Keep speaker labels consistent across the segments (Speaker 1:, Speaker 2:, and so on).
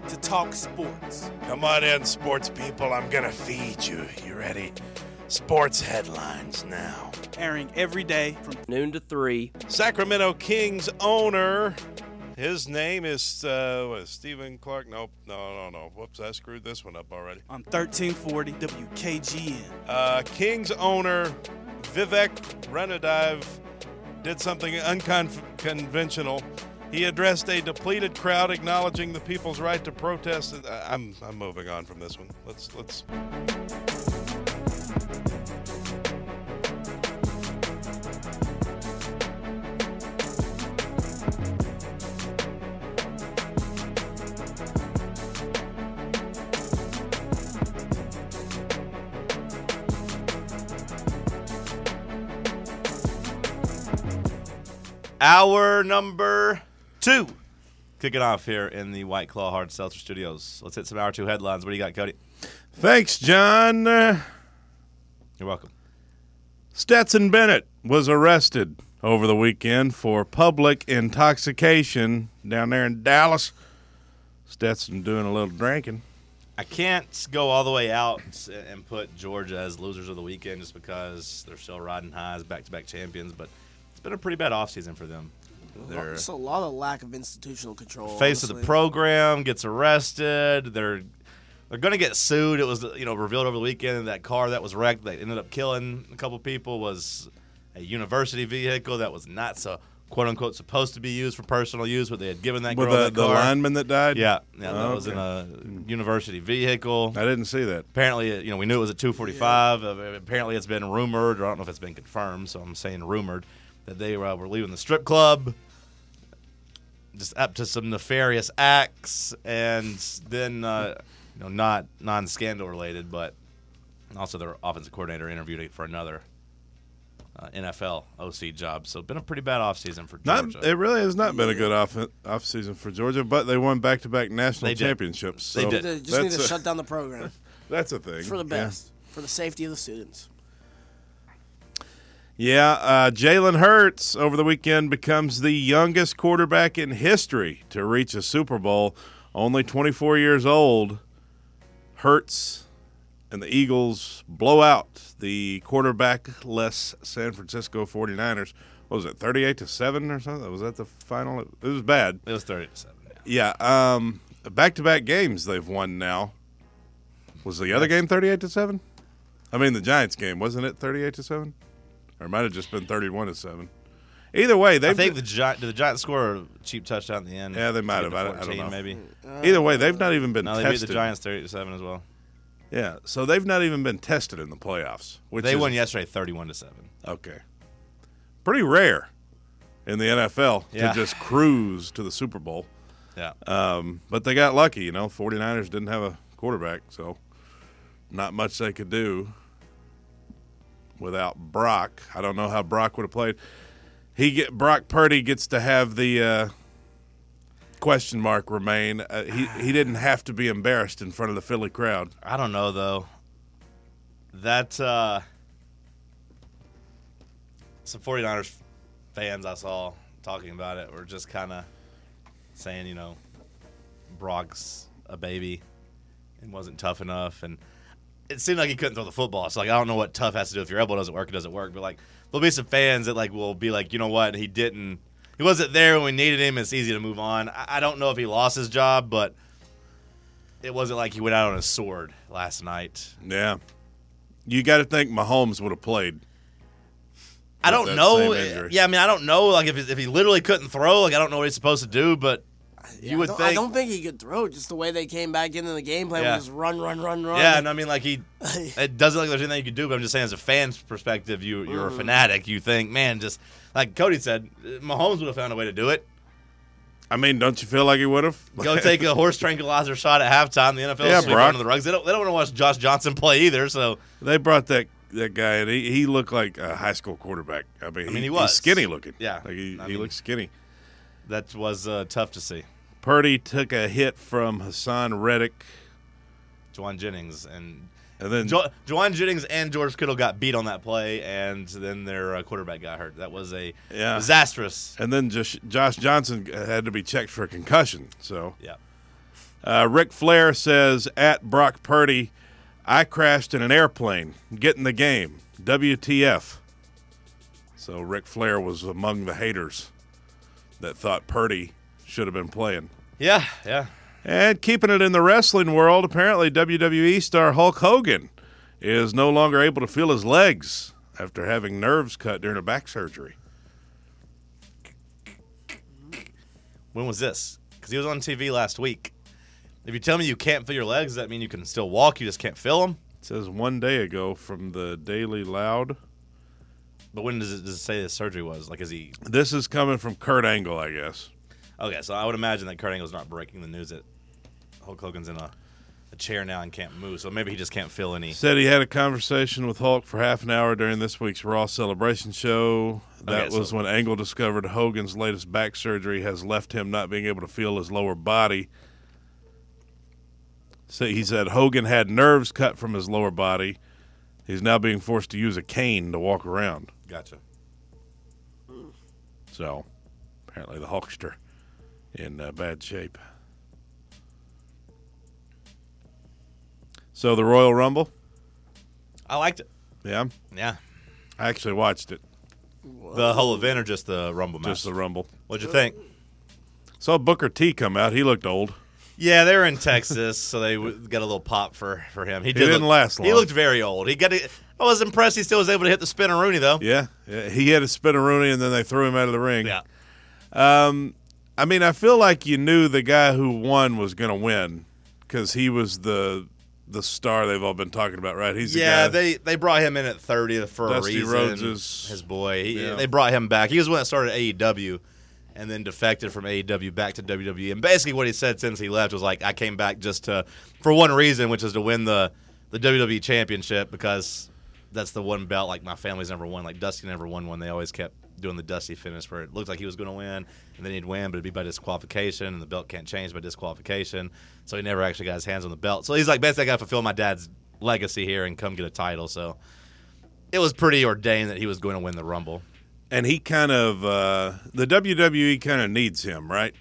Speaker 1: to talk sports.
Speaker 2: Come on in, sports people. I'm going to feed you. You ready? Sports headlines now.
Speaker 1: Airing every day from
Speaker 3: noon to three.
Speaker 2: Sacramento Kings owner. His name is uh, what, Stephen Clark. Nope, no, no, no. Whoops, I screwed this one up already.
Speaker 1: on 1340 WKGN.
Speaker 2: Uh, Kings owner Vivek Renadive did something unconventional. He addressed a depleted crowd, acknowledging the people's right to protest. I- I'm I'm moving on from this one. Let's let's. Hour number two,
Speaker 4: Kicking off here in the White Claw Hard Seltzer Studios. Let's hit some hour two headlines. What do you got, Cody?
Speaker 2: Thanks, John. Uh,
Speaker 4: You're welcome.
Speaker 2: Stetson Bennett was arrested over the weekend for public intoxication down there in Dallas. Stetson doing a little drinking.
Speaker 4: I can't go all the way out and put Georgia as losers of the weekend just because they're still riding high as back-to-back champions, but it's been a pretty bad offseason for them. They're
Speaker 5: It's a lot of lack of institutional control.
Speaker 4: face of the
Speaker 5: honestly.
Speaker 4: program gets arrested. They're they're going to get sued. It was you know revealed over the weekend that car that was wrecked that ended up killing a couple people was a university vehicle that was not so quote unquote supposed to be used for personal use, but they had given that
Speaker 2: With
Speaker 4: girl
Speaker 2: the,
Speaker 4: that
Speaker 2: the
Speaker 4: car.
Speaker 2: lineman that died?
Speaker 4: Yeah, yeah, that was in
Speaker 2: Okay.
Speaker 4: a university vehicle.
Speaker 2: I didn't see that.
Speaker 4: Apparently, uh, you know, we knew it was at 2:45. Uh, Apparently, it's been rumored, or I don't know if it's been confirmed. So I'm saying rumored that they uh, were leaving the strip club, just up to some nefarious acts, and then uh, you know, not non-scandal related, but also their offensive coordinator interviewed for another uh, NFL OC job. So been a pretty bad offseason for Georgia.
Speaker 2: Not, it really has not been a good off off season for Georgia, but they won back to back national
Speaker 4: They did.
Speaker 2: championships.
Speaker 4: They
Speaker 2: so
Speaker 4: did.
Speaker 5: They just
Speaker 2: That's
Speaker 5: need to
Speaker 2: a,
Speaker 5: shut down the program
Speaker 2: That's a thing
Speaker 5: for the
Speaker 2: yeah.
Speaker 5: best, for the safety of the students.
Speaker 2: Yeah, uh, Jalen Hurts over the weekend becomes the youngest quarterback in history to reach a Super Bowl. Only 24 years old, Hurts and the Eagles blow out the quarterback-less San Francisco 49ers. What was it, 38 to seven or something? Was that the final? It was bad.
Speaker 4: it was 37. yeah.
Speaker 2: Yeah, um, back-to-back games they've won now. Was the other game 38 to seven? I mean, the Giants game wasn't it 38 to seven, or it might have just been 31 to seven. Either way,
Speaker 4: I
Speaker 2: they've
Speaker 4: think the Giants did the Giants score a cheap touchdown at the end.
Speaker 2: Yeah, they might
Speaker 4: Get
Speaker 2: have.
Speaker 4: to
Speaker 2: I don't- I don't
Speaker 4: 14
Speaker 2: know.
Speaker 4: Maybe.
Speaker 2: either way they've not even been
Speaker 4: No, they
Speaker 2: tested.
Speaker 4: beat the Giants 37 as well.
Speaker 2: Yeah, so they've not even been tested in the playoffs. Which
Speaker 4: They
Speaker 2: is,
Speaker 4: won yesterday 31 to 7.
Speaker 2: Okay, pretty rare in the NFL
Speaker 4: Yeah.
Speaker 2: to just cruise to the Super Bowl.
Speaker 4: Yeah.
Speaker 2: Um, but they got lucky, you know. 49ers didn't have a quarterback, so not much they could do without Brock. I don't know how Brock would have played. He get Brock Purdy gets to have the uh, question mark remain. Uh, he he didn't have to be embarrassed in front of the Philly crowd.
Speaker 4: I don't know though. That uh some 49ers fans I saw talking about it were just kind of saying, you know, Brock's a baby and wasn't tough enough and it seemed like he couldn't throw the football. So like I don't know what tough has to do if your elbow doesn't work, it doesn't work. But like there'll be some fans that like will be like, you know what, he didn't he wasn't there when we needed him, it's easy to move on. I, I don't know if he lost his job, but it wasn't like he went out on a sword last night.
Speaker 2: Yeah, you got to think Mahomes would have played.
Speaker 4: I
Speaker 2: With
Speaker 4: don't
Speaker 2: that
Speaker 4: know.
Speaker 2: same injury.
Speaker 4: Yeah, I mean, I don't know. Like if, if he literally couldn't throw, like I don't know what he's supposed to do. But
Speaker 5: Yeah,
Speaker 4: you
Speaker 5: I
Speaker 4: would
Speaker 5: don't,
Speaker 4: think.
Speaker 5: I don't think he could throw. Just the way they came back into the game plan
Speaker 4: Yeah.
Speaker 5: was just run, run, run, run.
Speaker 4: yeah, and I mean, like he, it doesn't look like there's anything you could do. But I'm just saying, as a fan's perspective, you you're
Speaker 5: Mm.
Speaker 4: a fanatic. You think, man, just like Cody said, Mahomes would have found a way to do it.
Speaker 2: I mean, don't you feel like he would have?
Speaker 4: Go take a horse tranquilizer shot at halftime. The NFL
Speaker 2: Yeah,
Speaker 4: yeah, sweep
Speaker 2: Brock.
Speaker 4: under the rugs. They don't, they don't want to watch Josh Johnson play either. So
Speaker 2: They brought that that guy, and he, he looked like a high school quarterback. I mean,
Speaker 4: mean, he
Speaker 2: he's
Speaker 4: was.
Speaker 2: skinny looking.
Speaker 4: Yeah.
Speaker 2: like he,
Speaker 4: I
Speaker 2: he
Speaker 4: mean-
Speaker 2: looked skinny.
Speaker 4: that was uh, tough to see.
Speaker 2: Purdy took a hit from Hassan Reddick,
Speaker 4: Juwan Jennings and
Speaker 2: and then
Speaker 4: Jo- Juwan Jennings and George Kittle got beat on that play, and then their uh, quarterback got hurt. That was a
Speaker 2: Yeah.
Speaker 4: disastrous.
Speaker 2: and then Josh, Josh Johnson had to be checked for a concussion. So
Speaker 4: Yeah.
Speaker 2: Uh, Rick Flair says at Brock Purdy, I crashed in an airplane. Get in the game. WTF. So Ric Flair was among the haters that thought Purdy should have been playing.
Speaker 4: Yeah, yeah.
Speaker 2: And keeping it in the wrestling world, apparently WWE star Hulk Hogan is no longer able to feel his legs after having nerves cut during a back surgery.
Speaker 4: When was this? Because he was on TV last week. If you tell me you can't feel your legs, does that mean you can still walk? You just can't feel them?
Speaker 2: It says one day ago from the Daily Loud.
Speaker 4: But when does it, does it say the surgery was? Like, is he.
Speaker 2: This is coming from Kurt Angle, I guess.
Speaker 4: Okay, so I would imagine that Kurt Angle's not breaking the news that Hulk Hogan's in a, a chair now and can't move. So maybe he just can't feel any.
Speaker 2: Said he had a conversation with Hulk for half an hour during this week's Raw Celebration show. That
Speaker 4: Okay,
Speaker 2: was
Speaker 4: so-
Speaker 2: when Angle discovered Hogan's latest back surgery has left him not being able to feel his lower body. So he said Hogan had nerves cut from his lower body. He's now being forced to use a cane to walk around.
Speaker 4: Gotcha.
Speaker 2: So apparently the Hulkster in uh, bad shape. So the Royal Rumble,
Speaker 4: I liked it.
Speaker 2: yeah,
Speaker 4: Yeah.
Speaker 2: I actually watched it.
Speaker 4: The whole event or just the Rumble match?
Speaker 2: Just the Rumble.
Speaker 4: What'd you think?
Speaker 2: Saw Booker T come out. He looked old.
Speaker 4: Yeah, they were in Texas, so they w- got a little pop for, for him. He, did
Speaker 2: didn't
Speaker 4: look-
Speaker 2: last long.
Speaker 4: He looked very old. He got. A, I was impressed. He still was able to hit the spin and Rooney though.
Speaker 2: Yeah, yeah. he had a spinneroonie, and then they threw him out of the ring.
Speaker 4: Yeah.
Speaker 2: I mean, I feel like you knew the guy who won was going to win because he was the the star they've all been talking about, right? He's
Speaker 4: Yeah,
Speaker 2: the guy.
Speaker 4: they, they brought him in at 30 for
Speaker 2: Dusty
Speaker 4: a reason.
Speaker 2: Rhodes is-
Speaker 4: his boy. He-
Speaker 2: Yeah.
Speaker 4: They brought him back. He was when it started AEW and then defected from AEW back to WWE. And basically what he said since he left was like, I came back just to for one reason, which is to win the, the WWE championship because that's the one belt like my family's never won. Like Dusty never won one. They always kept doing the Dusty finish where it looked like he was going to win and then he'd win, but it'd be by disqualification and the belt can't change by disqualification. So he never actually got his hands on the belt. So he's like, basically, I got to fulfill my dad's legacy here and come get a title. So it was pretty ordained that he was going to win the Rumble.
Speaker 2: and he kind of uh, the WWE kind of needs him, right?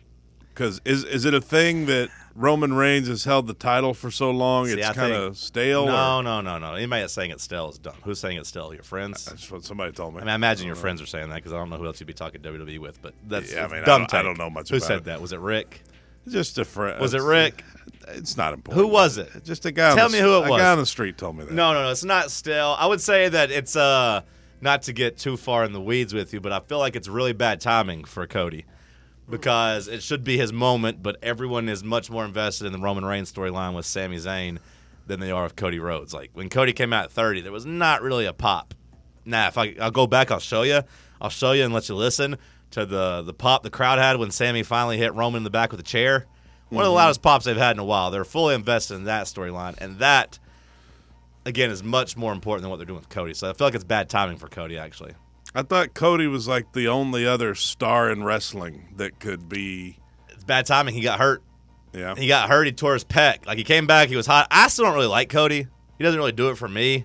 Speaker 2: Because is is it a thing that Roman Reigns has held the title for so long?
Speaker 4: See,
Speaker 2: it's
Speaker 4: I
Speaker 2: kind
Speaker 4: think-
Speaker 2: of stale.
Speaker 4: No,
Speaker 2: or-
Speaker 4: no, no, no. Anybody that's saying it's stale is dumb. Who's saying it's stale? Your friends?
Speaker 2: that's what somebody told me.
Speaker 4: I mean, I imagine your friends are saying that because I don't know who else you'd be talking WWE with, but that's
Speaker 2: Yeah, I
Speaker 4: it's
Speaker 2: mean, I
Speaker 4: dumb
Speaker 2: don't- I
Speaker 4: take.
Speaker 2: don't know much
Speaker 4: Who
Speaker 2: about
Speaker 4: said
Speaker 2: it.
Speaker 4: that? Was it Rick?
Speaker 2: Just a friend.
Speaker 4: Was it Rick?
Speaker 2: It's not important.
Speaker 4: Who was it?
Speaker 2: Just a guy. on
Speaker 4: Tell
Speaker 2: the
Speaker 4: me
Speaker 2: s-
Speaker 4: who it
Speaker 2: A
Speaker 4: was.
Speaker 2: guy on the street told me that.
Speaker 4: No, no, no. It's not stale. I would say that it's uh not to get too far in the weeds with you, but I feel like it's really bad timing for Cody because it should be his moment, but everyone is much more invested in the Roman Reigns storyline with Sami Zayn than they are with Cody Rhodes. Like when Cody came out at 30, there was not really a pop. Now, if I I'll go back, I'll show you. I'll show you and let you listen to the the pop the crowd had when Sammy finally hit Roman in the back with a chair. One of the loudest pops they've had in a while. They're fully invested in that storyline, and that again is much more important than what they're doing with Cody. So I feel like it's bad timing for Cody actually.
Speaker 2: I thought Cody was like the only other star in wrestling that could be.
Speaker 4: It's bad timing. He got hurt.
Speaker 2: Yeah.
Speaker 4: He got hurt. He tore his pec. Like he came back. He was hot. I still don't really like Cody. He doesn't really do it for me.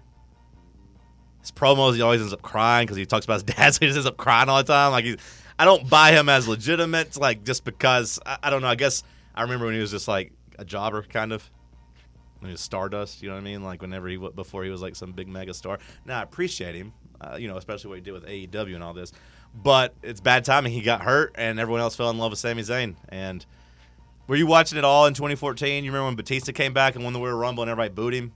Speaker 4: His promos, he always ends up crying because he talks about his dad, so he just ends up crying all the time. Like he's, I don't buy him as legitimate. Like just because I, I don't know. I guess I remember when he was just like a jobber, kind of. When he was Stardust, you know what I mean? Like whenever he wa- before he was like some big mega star. Now I appreciate him, uh, you know, especially what he did with AEW and all this. But it's bad timing. He got hurt, and everyone else fell in love with Sami Zayn. And were you watching it all in 2014? You remember when Batista came back and won the Royal Rumble and everybody booed him?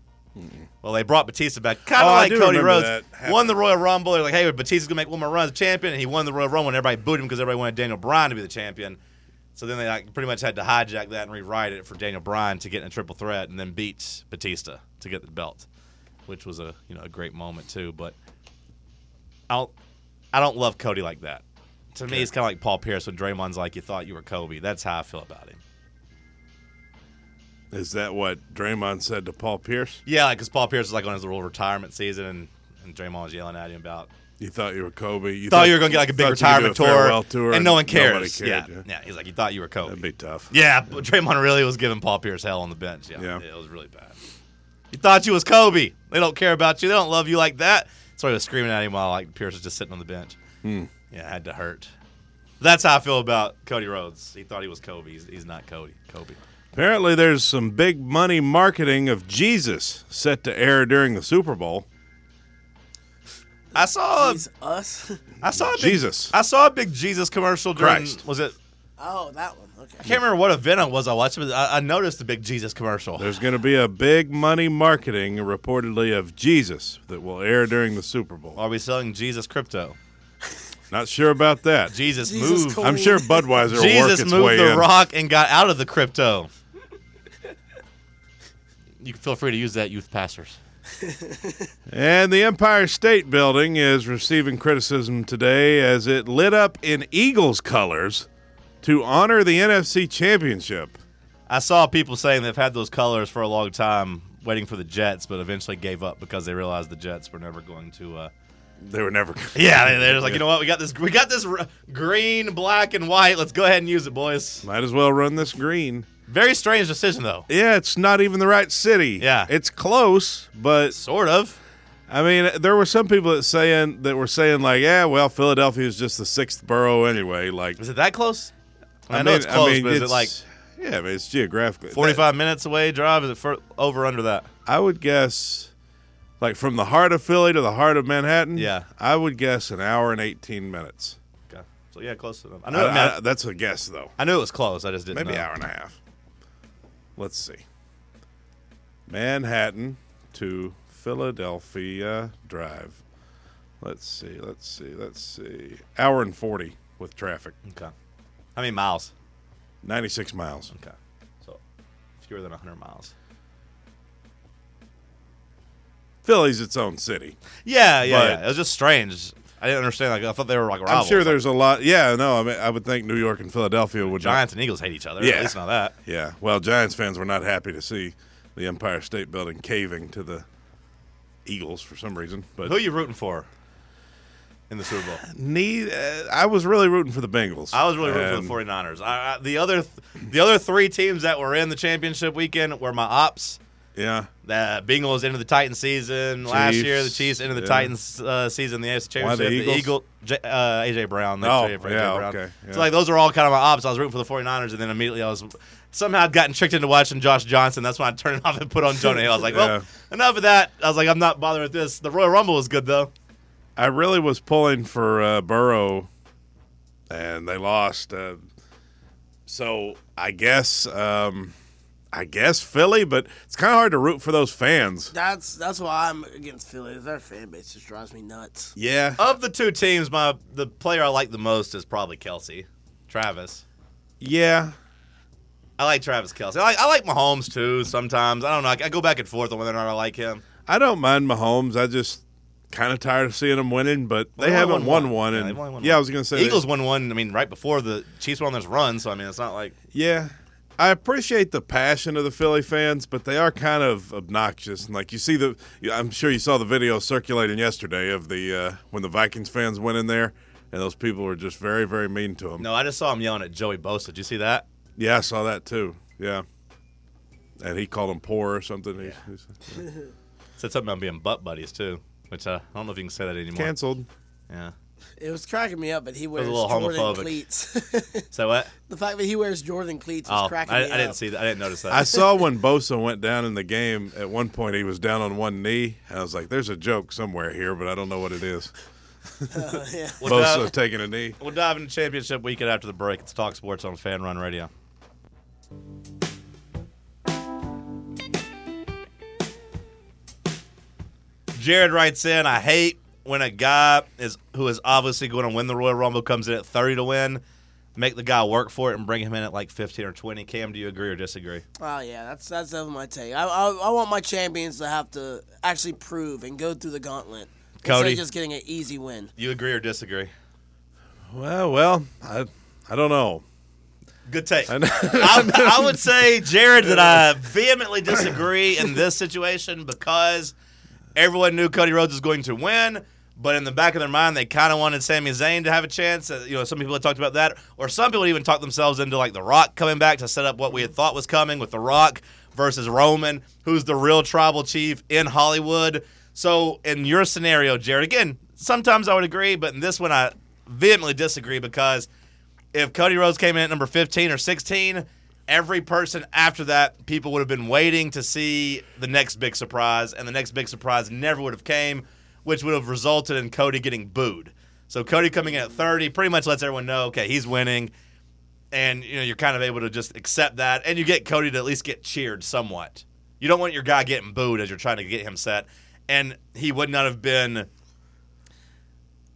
Speaker 4: Well, they brought Batista back, kind
Speaker 2: Oh,
Speaker 4: of
Speaker 2: I
Speaker 4: like
Speaker 2: do
Speaker 4: Cody
Speaker 2: remember
Speaker 4: Rhodes.
Speaker 2: that happening.
Speaker 4: Won the Royal Rumble. They're like, hey, Batista's going to make one more run as champion. And he won the Royal Rumble and everybody booed him because everybody wanted Daniel Bryan to be the champion. So then they like pretty much had to hijack that and rewrite it for Daniel Bryan to get in a triple threat and then beat Batista to get the belt, which was a you know a great moment too. But I don't, I don't love Cody like that. To me, it's kind of like Paul Pierce when Draymond's like, "You thought you were Kobe." That's how I feel about him.
Speaker 2: Is that what Draymond said to Paul Pierce?
Speaker 4: Yeah, like because Paul Pierce was like on his little retirement season, and and Draymond was yelling at him about
Speaker 2: You thought you were Kobe. You
Speaker 4: thought you were going to get like a big
Speaker 2: thought you could do a
Speaker 4: retirement tour,
Speaker 2: farewell tour,
Speaker 4: and no one
Speaker 2: nobody
Speaker 4: cares.
Speaker 2: cared,
Speaker 4: yeah, yeah, he's like, "You thought you were Kobe."
Speaker 2: That'd be tough.
Speaker 4: Yeah, but Draymond really was giving Paul Pierce hell on the bench. Yeah,
Speaker 2: Yeah.
Speaker 4: it was really bad. You thought you was Kobe. They don't care about you. They don't love you like that. So he was screaming at him while like Pierce was just sitting on the bench.
Speaker 2: Hmm.
Speaker 4: Yeah, it had to hurt. That's how I feel about Cody Rhodes. He thought he was Kobe. He's, he's not Cody. Kobe.
Speaker 2: Apparently, there's some big money marketing of Jesus set to air during the Super Bowl.
Speaker 4: I saw a,
Speaker 5: He's us.
Speaker 4: I saw a big,
Speaker 2: Jesus.
Speaker 4: I saw a big Jesus commercial during.
Speaker 2: Christ.
Speaker 4: Was it?
Speaker 5: oh, that one.
Speaker 4: I
Speaker 5: Okay.
Speaker 4: can't remember what event I was. I watched, but I, I noticed the big Jesus commercial.
Speaker 2: There's going to be a big money marketing reportedly of Jesus that will air during the Super Bowl.
Speaker 4: Are we selling Jesus crypto?
Speaker 2: Not sure about that.
Speaker 4: Jesus,
Speaker 5: Jesus
Speaker 4: moved.
Speaker 5: coin.
Speaker 2: I'm sure Budweiser will work
Speaker 4: Jesus
Speaker 2: its
Speaker 4: moved
Speaker 2: way
Speaker 4: the
Speaker 2: in.
Speaker 4: rock and got out of the crypto. You can feel free to use that, youth pastors.
Speaker 2: And the Empire State Building is receiving criticism today as it lit up in Eagles colors to honor the NFC Championship.
Speaker 4: I saw people saying they've had those colors for a long time, waiting for the Jets, but eventually gave up because they realized the Jets were never going to. Uh,
Speaker 2: They were never.
Speaker 4: yeah, they- they're just like, you know what? We got this. We got this r- green, black, and white. Let's go ahead and use it, boys.
Speaker 2: Might as well run this green.
Speaker 4: Very strange decision, though.
Speaker 2: Yeah, it's not even the right city.
Speaker 4: Yeah.
Speaker 2: It's close, but
Speaker 4: Sort of.
Speaker 2: I mean, there were some people that saying that were saying like, yeah, well, Philadelphia is just the sixth borough anyway. Like,
Speaker 4: Is it that close? I,
Speaker 2: mean-
Speaker 4: know it's close,
Speaker 2: mean,
Speaker 4: but is it
Speaker 2: it's-
Speaker 4: like
Speaker 2: Yeah, I mean, it's geographically.
Speaker 4: 45 minutes away drive? Is it fur- over under that?
Speaker 2: I would guess, like from the heart of Philly to the heart of Manhattan.
Speaker 4: Yeah.
Speaker 2: I would guess an hour and eighteen minutes.
Speaker 4: Okay. So yeah, close enough. I
Speaker 2: I-
Speaker 4: know. it
Speaker 2: I-
Speaker 4: meant-
Speaker 2: that's a guess though.
Speaker 4: I knew it was close. I just didn't.
Speaker 2: Maybe
Speaker 4: know.
Speaker 2: an hour and a half. Let's see. Manhattan to Philadelphia Drive. Let's see. Let's see. Let's see. Hour and forty with traffic.
Speaker 4: Okay. How many miles?
Speaker 2: Ninety-six miles.
Speaker 4: Okay. So fewer than 100 miles.
Speaker 2: Philly's its own city.
Speaker 4: Yeah, yeah,
Speaker 2: But-
Speaker 4: yeah. It was just strange. I didn't understand. Like I thought they were like rivals.
Speaker 2: I'm sure
Speaker 4: Like,
Speaker 2: there's a lot. Yeah, no, I mean, I would think New York and Philadelphia would not-
Speaker 4: Giants and Eagles hate each other.
Speaker 2: Yeah.
Speaker 4: At least not that.
Speaker 2: Yeah. Well, Giants fans were not happy to see the Empire State Building caving to the Eagles for some reason. But
Speaker 4: Who are you rooting for in the Super Bowl?
Speaker 2: ne- uh, I was really rooting for the Bengals.
Speaker 4: I was really rooting
Speaker 2: And
Speaker 4: for the 49ers. I, I, the other th- the other three teams that were in the championship weekend were my ops.
Speaker 2: Yeah.
Speaker 4: The Bengals into the Titans season last year. The
Speaker 2: Chiefs,
Speaker 4: Chiefs into the
Speaker 2: yeah.
Speaker 4: Titans uh, season. The AFC
Speaker 2: Why
Speaker 4: Championship.
Speaker 2: the Eagles?
Speaker 4: Eagle, J, uh, AJ Brown. They
Speaker 2: Oh,
Speaker 4: traded for AJ
Speaker 2: yeah,
Speaker 4: Brown.
Speaker 2: okay, yeah.
Speaker 4: So like those are all kind of my ops. I was rooting for the 49ers, and then immediately I was somehow I'd gotten tricked into watching Josh Johnson. That's when I turned it off and put on Jonah Hill. I was like, well, enough of that. I was like, I'm not bothering with this. The Royal Rumble was good though.
Speaker 2: I really was pulling for uh, Burrow, and they lost. Uh, so I guess, um, I guess Philly, but it's kind of hard to root for those fans.
Speaker 5: That's that's why I'm against Philly. Their fan base just drives me nuts.
Speaker 2: Yeah.
Speaker 4: Of the two teams, my the player I like the most is probably Kelsey, Travis.
Speaker 2: Yeah.
Speaker 4: I like Travis Kelsey. I like, I like Mahomes too. Sometimes I don't know. I, I go back and forth on whether or not I like him.
Speaker 2: I don't mind Mahomes. I just kind of tired of seeing them winning, but they,
Speaker 4: Well, only
Speaker 2: haven't won one.
Speaker 4: Yeah,
Speaker 2: and
Speaker 4: they've only won
Speaker 2: yeah,
Speaker 4: one.
Speaker 2: I was gonna say
Speaker 4: Eagles
Speaker 2: that-
Speaker 4: won one. I mean, right before the Chiefs were on this run, so I mean, it's not like
Speaker 2: yeah, I appreciate the passion of the Philly fans, but they are kind of obnoxious. And like you see the, yeah, I'm sure you saw the video circulating yesterday of the uh, when the Vikings fans went in there, and those people were just very, very mean to them.
Speaker 4: no. I just saw him yelling at Joey Bosa. Did you see that?
Speaker 2: Yeah, I saw that too. Yeah, and he called them poor or something. He- he's
Speaker 4: Said something about being butt buddies too, which uh, I don't know if you can say that anymore.
Speaker 2: canceled.
Speaker 4: Yeah.
Speaker 5: It was cracking me up, but he wears
Speaker 4: little
Speaker 5: Jordan
Speaker 4: homophobic.
Speaker 5: cleats.
Speaker 4: Say what?
Speaker 5: the fact that he wears Jordan cleats is
Speaker 4: Oh, I,
Speaker 5: cracking
Speaker 4: I
Speaker 5: me up.
Speaker 4: didn't see that. I didn't notice that.
Speaker 2: I saw when Bosa went down in the game. At one point, he was down on one knee, and I was like, "There's a joke somewhere here, but I don't know what it is."
Speaker 5: Uh, yeah.
Speaker 4: we'll,
Speaker 2: Bosa
Speaker 4: dive,
Speaker 2: taking a knee.
Speaker 4: we'll dive into championship weekend after the break. It's Talk Sports on Fan Run Radio. Jared writes in, I hate when a guy is who is obviously going to win the Royal Rumble comes in at 30 to win, make the guy work for it and bring him in at like 15 or 20. Cam, do you agree or disagree?
Speaker 5: Oh yeah, that's that's definitely my take. I, I I want my champions to have to actually prove and go through the gauntlet instead
Speaker 4: Cody.
Speaker 5: of just getting an easy win.
Speaker 4: You agree or disagree?
Speaker 2: Well, well, I, I don't know.
Speaker 4: Good take.
Speaker 2: I
Speaker 4: I,
Speaker 2: know.
Speaker 4: I would say, Jared, that I vehemently disagree in this situation because everyone knew Cody Rhodes was going to win, but in the back of their mind, they kind of wanted Sami Zayn to have a chance. Uh, You know, some people had talked about that, or some people even talked themselves into like The Rock coming back to set up what we had thought was coming with The Rock versus Roman, who's the real tribal chief in Hollywood. So, in your scenario, Jared, again, sometimes I would agree, but in this one, I vehemently disagree because if Cody Rhodes came in at number 15 or 16 every person after that, people would have been waiting to see the next big surprise, and the next big surprise never would have came, which would have resulted in Cody getting booed. So Cody coming in at 30 pretty much lets everyone know, okay, he's winning, and you know you're kind of able to just accept that, and you get Cody to at least get cheered somewhat. You don't want your guy getting booed as you're trying to get him set, and he would not have been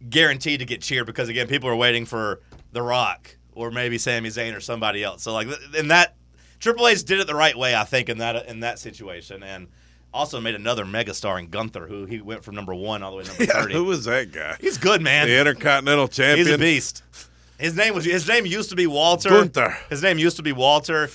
Speaker 4: guaranteed to get cheered because again, people are waiting for The Rock or maybe Sami Zayn or somebody else. So like th- in that Triple H did it the right way, I think, in that in that situation, and also made another megastar in Gunther, who he went from number one all the way to number thirty.
Speaker 2: Who was that guy?
Speaker 4: He's good, man.
Speaker 2: The Intercontinental Champion.
Speaker 4: He's a beast. His name was his name used to be Walter.
Speaker 2: Gunther.
Speaker 4: His name used to be Walter.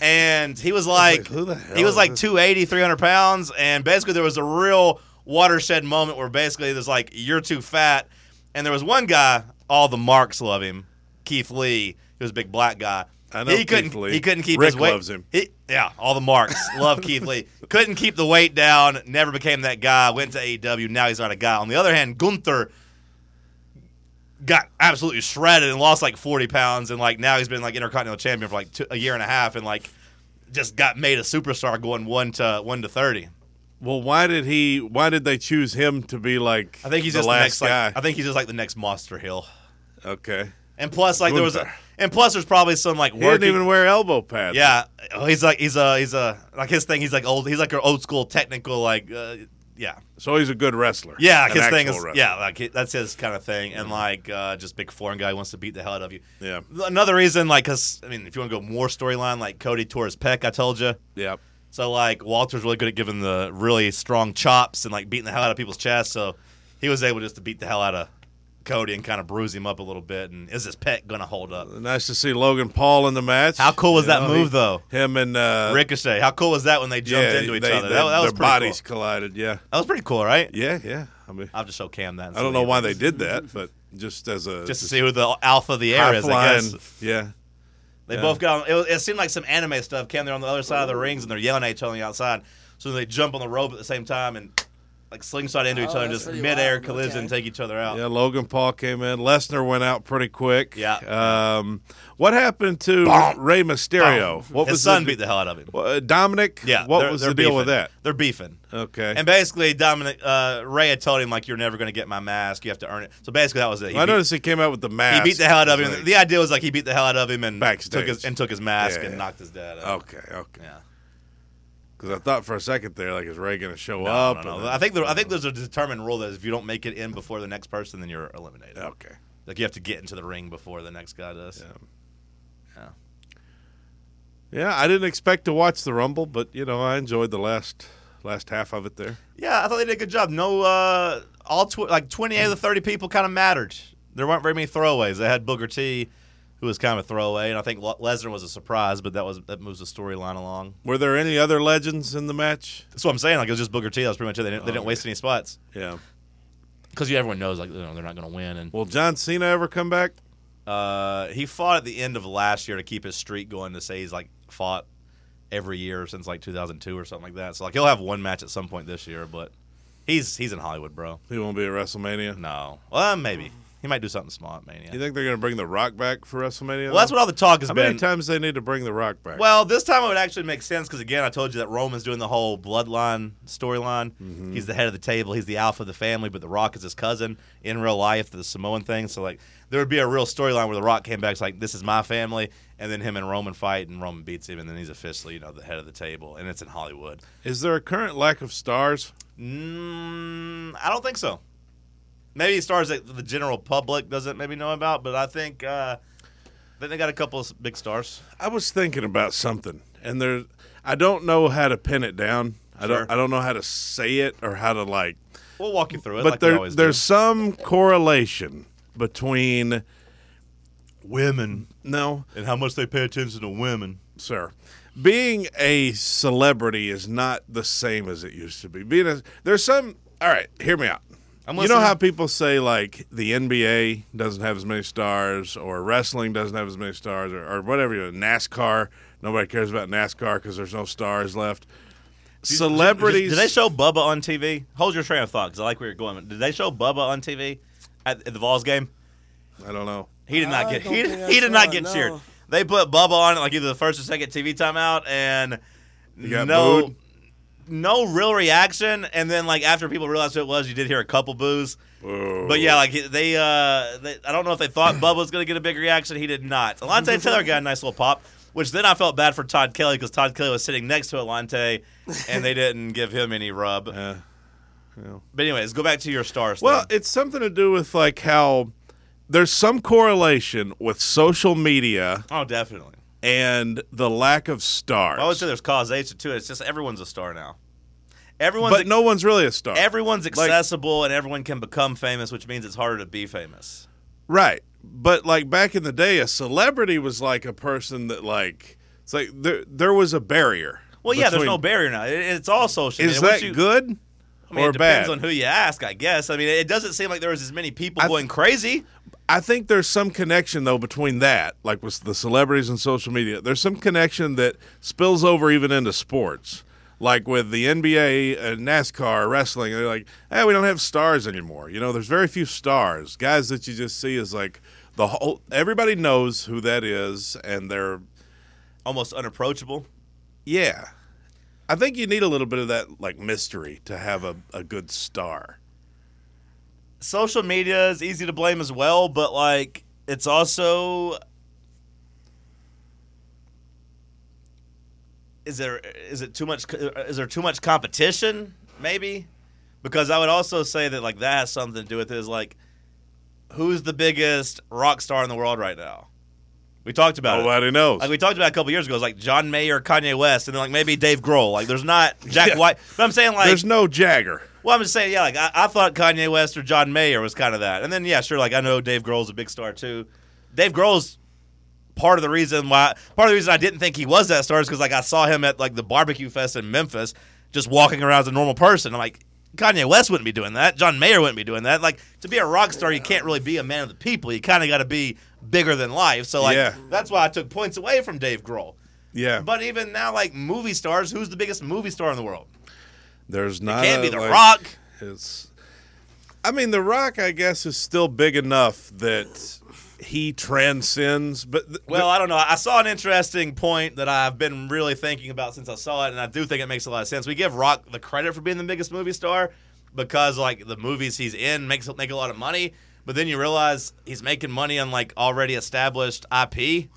Speaker 4: And he was like,
Speaker 2: who the hell
Speaker 4: he was
Speaker 2: is
Speaker 4: like
Speaker 2: this?
Speaker 4: 280, 300 pounds. And basically, there was a real watershed moment where basically there's like, you're too fat. And there was one guy, all the marks love him, Keith Lee. He was a big black guy.
Speaker 2: I know
Speaker 4: he
Speaker 2: Keith
Speaker 4: couldn't.
Speaker 2: Lee.
Speaker 4: He couldn't keep
Speaker 2: Rick
Speaker 4: his weight.
Speaker 2: loves him.
Speaker 4: He- yeah, all the marks love Keith Lee. Couldn't keep the weight down. Never became that guy. Went to AEW. Now he's not a guy. On the other hand, Gunther got absolutely shredded and lost like 40 pounds and like now he's been like intercontinental champion for like two, a year and a half and like just got made a superstar going 1 to 1 to 30
Speaker 2: Well, why did he? Why did they choose him to be like?
Speaker 4: i think he's
Speaker 2: the
Speaker 4: just
Speaker 2: last
Speaker 4: the next
Speaker 2: guy.
Speaker 4: like i think he's just like the next monster hill
Speaker 2: okay.
Speaker 4: and plus like there was a,
Speaker 2: Gunther.
Speaker 4: and plus there's probably some like
Speaker 2: He didn't
Speaker 4: working
Speaker 2: even wear elbow pads.
Speaker 4: yeah Oh, he's like he's a he's a like his thing he's like old he's like an old school technical like uh, yeah
Speaker 2: So he's a good wrestler.
Speaker 4: Yeah,
Speaker 2: An
Speaker 4: like his thing
Speaker 2: actual
Speaker 4: is
Speaker 2: wrestler.
Speaker 4: yeah, like he- that's his kind of thing, and like uh, just big foreign guy who wants to beat the hell out of you.
Speaker 2: Yeah.
Speaker 4: Another reason, like, cause I mean, if you want to go more storyline, like Cody tore his pec, I told you.
Speaker 2: Yep.
Speaker 4: So like Walter's really good at giving the really strong chops and like beating the hell out of people's chests. So he was able just to beat the hell out of Cody and kind of bruise him up a little bit. And is his pec gonna hold up?
Speaker 2: Nice to see Logan Paul in the match.
Speaker 4: How cool was that
Speaker 2: know,
Speaker 4: move
Speaker 2: he-
Speaker 4: though?
Speaker 2: Him and uh,
Speaker 4: Ricochet. How cool was that when they jumped
Speaker 2: yeah,
Speaker 4: into each
Speaker 2: they-
Speaker 4: other?
Speaker 2: they-
Speaker 4: that, that was
Speaker 2: their
Speaker 4: pretty
Speaker 2: bodies
Speaker 4: Cool.
Speaker 2: collided. Yeah,
Speaker 4: That was pretty cool, right?
Speaker 2: yeah, yeah. I mean,
Speaker 4: I'll just show Cam that. and
Speaker 2: I
Speaker 4: see
Speaker 2: don't
Speaker 4: what
Speaker 2: know
Speaker 4: he
Speaker 2: why they
Speaker 4: thinks.
Speaker 2: did that, but just as a
Speaker 4: Just to see who the alpha of the air is, I
Speaker 2: high-flying-
Speaker 4: guess.
Speaker 2: Yeah,
Speaker 4: They
Speaker 2: Yeah.
Speaker 4: both got on. It, was, it seemed like some anime stuff. Cam, they're on the other side of the rings and they're yelling at each other outside. So they jump on the rope at the same time and like slingshot into each
Speaker 5: Oh,
Speaker 4: other,
Speaker 5: that's
Speaker 4: just
Speaker 5: pretty
Speaker 4: midair
Speaker 5: wild.
Speaker 4: collision,
Speaker 5: Okay.
Speaker 4: and take each other out.
Speaker 2: yeah. Logan Paul came in. Lesnar went out pretty quick.
Speaker 4: Yeah.
Speaker 2: Um, what happened to Rey Mysterio? What
Speaker 4: His
Speaker 2: was
Speaker 4: son
Speaker 2: the,
Speaker 4: beat the hell out of him.
Speaker 2: Uh, Dominic?
Speaker 4: Yeah,
Speaker 2: What
Speaker 4: they're-
Speaker 2: was
Speaker 4: they're
Speaker 2: the deal with
Speaker 4: beefing.
Speaker 2: that?
Speaker 4: They're beefing.
Speaker 2: Okay.
Speaker 4: And basically, Dominic uh, Ray had told him like, "You're never going to get my mask. You have to earn it." So basically, that was it. He
Speaker 2: I
Speaker 4: beat-
Speaker 2: noticed he came out with the
Speaker 4: he
Speaker 2: mask.
Speaker 4: beat the hell out of him.
Speaker 2: Like,
Speaker 4: The idea was like he beat the hell out of him and
Speaker 2: Backstage.
Speaker 4: took his and took his mask
Speaker 2: Yeah,
Speaker 4: and
Speaker 2: yeah.
Speaker 4: knocked his dad out.
Speaker 2: Okay, okay.
Speaker 4: Yeah.
Speaker 2: Because I thought for a second there, like, is Ray going to show
Speaker 4: No,
Speaker 2: up?
Speaker 4: no, no.
Speaker 2: And then-
Speaker 4: I think there, I think there's a determined rule that if you don't make it in before the next person, then you're eliminated.
Speaker 2: Okay.
Speaker 4: Like you have to get into the ring before the next guy does. Yeah.
Speaker 2: Yeah, I didn't expect to watch the Rumble, but you know, I enjoyed the last last half of it there.
Speaker 4: Yeah, I thought they did a good job. No, uh, all tw- like 28 of the 30 people kind of mattered. There weren't very many throwaways. They had Booker T, who was kind of a throwaway, and I think Le- Lesnar was a surprise, but that was that moves the storyline along.
Speaker 2: Were there any other legends in the match?
Speaker 4: That's what I'm saying. Like it was just Booker T. That was pretty much it. They didn't, they didn't waste any spots
Speaker 2: Yeah.
Speaker 4: because everyone knows like you know, they're not going to win. And
Speaker 2: Will John Cena ever come back?
Speaker 4: Uh, he fought at the end of last year to keep his streak going. To say he's like fought every year since like 2002 or something like that. So like he'll have one match at some point this year, but he's he's in Hollywood, bro.
Speaker 2: He won't be at WrestleMania.
Speaker 4: No, well maybe he might do something small at Mania.
Speaker 2: You think they're going to bring The Rock back for WrestleMania?
Speaker 4: Well, that's what all the talk has
Speaker 2: How
Speaker 4: been.
Speaker 2: many times they need to bring The Rock back?
Speaker 4: Well, this time it would actually make sense because again, I told you that Roman's doing the whole bloodline storyline.
Speaker 2: Mm-hmm.
Speaker 4: He's the head of the table. He's the alpha of the family, but The Rock is his cousin in real life, the Samoan thing. So like, there would be a real storyline where The Rock came back, it's like, "This is my family," and then him and Roman fight, and Roman beats him, and then he's officially, you know, the head of the table, and it's in Hollywood.
Speaker 2: is there a current lack of stars?
Speaker 4: Mm, I don't think so. Maybe stars that the general public doesn't maybe know about, but I think uh, I think they got a couple of big stars.
Speaker 2: I was thinking about something, and there, I don't know how to pin it down. I
Speaker 4: Sure.
Speaker 2: don't. I don't know how to say it or how to like.
Speaker 4: We'll walk you through it.
Speaker 2: But
Speaker 4: like we
Speaker 2: there,
Speaker 4: always do.
Speaker 2: there's some correlation between
Speaker 4: women
Speaker 2: no,
Speaker 4: and how much they pay attention to women.
Speaker 2: sir. Being a celebrity is not the same as it used to be. Being a there's some. All right, hear me out.
Speaker 4: I'm
Speaker 2: you know
Speaker 4: listening.
Speaker 2: how people say like the NBA doesn't have as many stars, or wrestling doesn't have as many stars, or, or whatever. You know, NASCAR. Nobody cares about NASCAR because there's no stars left. Celebrities.
Speaker 4: Did they show Bubba on TV? Hold your train of thought because I like where you're going. Did they show Bubba on TV at, at the Vols game?
Speaker 2: I don't know.
Speaker 4: He did not
Speaker 5: I
Speaker 4: get
Speaker 5: don't
Speaker 4: he,
Speaker 5: think I
Speaker 4: he did not
Speaker 5: saw it,
Speaker 4: get
Speaker 5: no.
Speaker 4: cheered. They put Bubba on it like either the first or second TV timeout, and
Speaker 2: got
Speaker 4: no,
Speaker 2: booed?
Speaker 4: no real reaction. And then like after people realized who it was, you did hear a couple boos. But yeah, like they, uh, they, I don't know if they thought Bubba was going to get a big reaction. He did not. Alante Taylor got a nice little pop, which then I felt bad for Todd Kelly because Todd Kelly was sitting next to Alante, and they didn't give him any rub.
Speaker 2: Yeah.
Speaker 4: But anyways, go back to your stars.
Speaker 2: Well,
Speaker 4: thing.
Speaker 2: it's something to do with like how there's some correlation with social media
Speaker 4: oh, definitely.
Speaker 2: and the lack of stars.
Speaker 4: I would say there's causation to it. It's just everyone's a star now. Everyone's
Speaker 2: but no one's really a star.
Speaker 4: everyone's
Speaker 2: like-
Speaker 4: accessible and everyone can become famous, which means it's harder to be famous.
Speaker 2: Right. But like back in the day, a celebrity was like a person that like it's like there there was a barrier.
Speaker 4: Well, yeah, there's
Speaker 2: between-
Speaker 4: no barrier now. It- it's all social.
Speaker 2: Is
Speaker 4: media. Once
Speaker 2: that
Speaker 4: you-
Speaker 2: good
Speaker 4: I mean,
Speaker 2: or
Speaker 4: it depends
Speaker 2: bad?
Speaker 4: on who you ask, I guess. I mean, it doesn't seem like there was as many people
Speaker 2: I th-
Speaker 4: going crazy.
Speaker 2: I think there's some connection though between that, like with the celebrities and social media. There's some connection that spills over even into sports, like with the NBA and NASCAR, wrestling. They're like, hey, we don't have stars anymore. You know, there's very few stars. Guys that you just see is like the whole everybody knows who that is, and they're
Speaker 4: Almost unapproachable.
Speaker 2: yeah. I think you need a little bit of that like mystery to have a, a good star.
Speaker 4: Social media is easy to blame as well, but like it's also is there is it too much is there too much competition maybe? Because I would also say that like that has something to do with it is like who's the biggest rock star in the world right now? We talked about it.
Speaker 2: Nobody knows.
Speaker 4: Like we talked about a couple years ago, it's like John Mayer, Kanye West, and then like maybe Dave Grohl. Like there's not Jack
Speaker 2: Yeah.
Speaker 4: White. But I'm saying like
Speaker 2: there's no Jagger.
Speaker 4: well, I'm just saying, yeah, like I, I thought Kanye West or John Mayer was kind of that. And then, yeah, sure, like I know Dave Grohl's a big star too. Dave Grohl's part of the reason why, part of the reason I didn't think he was that star is because, like, I saw him at, like, the barbecue fest in Memphis just walking around as a normal person. I'm like, Kanye West wouldn't be doing that. John Mayer wouldn't be doing that. Like, to be a rock star, you can't really be a man of the people. You kind of got to be bigger than life. So, like,
Speaker 2: Yeah.
Speaker 4: that's why I took points away from Dave Grohl.
Speaker 2: Yeah,
Speaker 4: But even now, like, movie stars, who's the biggest movie star in the world?
Speaker 2: There's not.
Speaker 4: can't
Speaker 2: a,
Speaker 4: be The
Speaker 2: like-
Speaker 4: Rock.
Speaker 2: It's. I mean, The Rock, I guess, is still big enough that he transcends. But th-
Speaker 4: Well, I don't know. I saw an interesting point that I've been really thinking about since I saw it, and I do think it makes a lot of sense. We give Rock the credit for being the biggest movie star because like the movies he's in makes make a lot of money, but then you realize he's making money on like already established IP.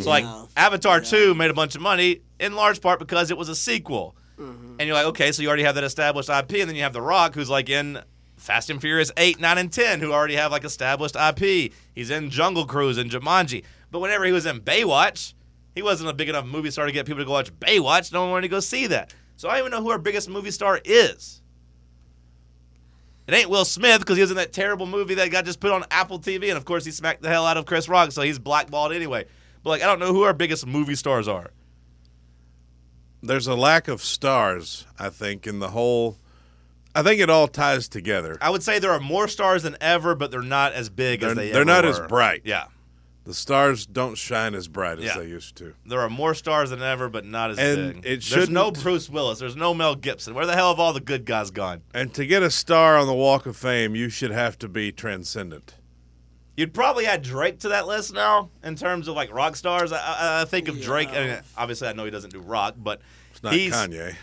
Speaker 4: So like
Speaker 5: Yeah.
Speaker 4: Avatar 2 made a bunch of money in large part because it was a sequel. And you're like, okay, so you already have that established IP, and then you have The Rock, who's like in Fast and Furious 8, 9, and 10, who already have like established IP. He's in Jungle Cruise and Jumanji. But whenever he was in Baywatch, he wasn't a big enough movie star to get people to go watch Baywatch. No one wanted to go see that. So I don't even know who our biggest movie star is. It ain't Will Smith because he was in that terrible movie that got just put on Apple TV, and of course he smacked the hell out of Chris Rock, so he's blackballed anyway. But like, I don't know who our biggest movie stars are.
Speaker 2: there's a lack of stars, I think, in the whole. I think it all ties together.
Speaker 4: I would say there are more stars than ever, but they're not as big
Speaker 2: They're-
Speaker 4: as they.
Speaker 2: they're
Speaker 4: ever
Speaker 2: not as
Speaker 4: were.
Speaker 2: bright.
Speaker 4: Yeah,
Speaker 2: The stars don't shine as bright as
Speaker 4: Yeah.
Speaker 2: they used to.
Speaker 4: there are more stars than ever, but not as
Speaker 2: And
Speaker 4: big.
Speaker 2: it
Speaker 4: There's no
Speaker 2: shouldn't-
Speaker 4: Bruce Willis. There's no Mel Gibson. Where the hell have all the good guys gone?
Speaker 2: And to get a star on the Walk of Fame, you should have to be transcendent.
Speaker 4: You'd probably add Drake to that list now in terms of like rock stars. I, I, I think of Drake. I mean, obviously, I know he doesn't do rock, but
Speaker 2: It's not
Speaker 4: he's,
Speaker 2: Kanye.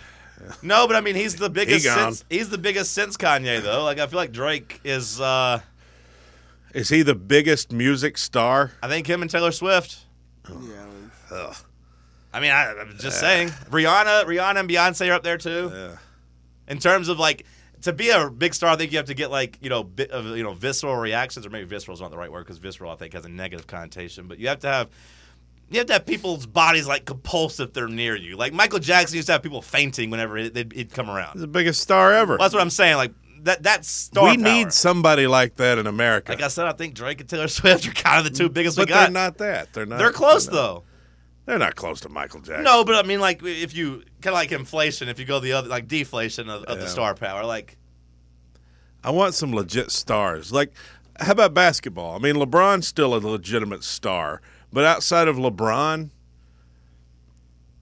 Speaker 4: No, but I mean, he's the biggest.
Speaker 2: gone.
Speaker 4: since, he's the biggest since Kanye, though. Like, I feel like Drake is. uh
Speaker 2: Is he the biggest music star?
Speaker 4: I think him and Taylor Swift.
Speaker 5: Yeah.
Speaker 4: I mean, I, I'm just saying. Rihanna, Rihanna and Beyonce are up there too.
Speaker 2: Yeah.
Speaker 4: In terms of like, to be a big star, I think you have to get like you know, bit of, you know, visceral reactions, or maybe visceral is not the right word because visceral I think has a negative connotation. But you have to have. You have to have people's bodies like compulse if they're near you. Like Michael Jackson used to have people fainting whenever he- they'd, he'd come around.
Speaker 2: He's the biggest star ever.
Speaker 4: Well, that's what I'm saying. Like that that's star
Speaker 2: we
Speaker 4: power.
Speaker 2: need somebody like that in America.
Speaker 4: Like I said, I think Drake and Taylor Swift are kind of the two biggest
Speaker 2: Mm, but
Speaker 4: we got.
Speaker 2: they're not that. They're not.
Speaker 4: They're close
Speaker 2: they're not-
Speaker 4: though.
Speaker 2: They're not close to Michael Jackson.
Speaker 4: No, but I mean, like if you kind of like inflation, if you go the other like deflation of, of
Speaker 2: Yeah.
Speaker 4: the star power, like
Speaker 2: I want some legit stars. Like, how about basketball? I mean, LeBron's still a legitimate star, but outside of LeBron,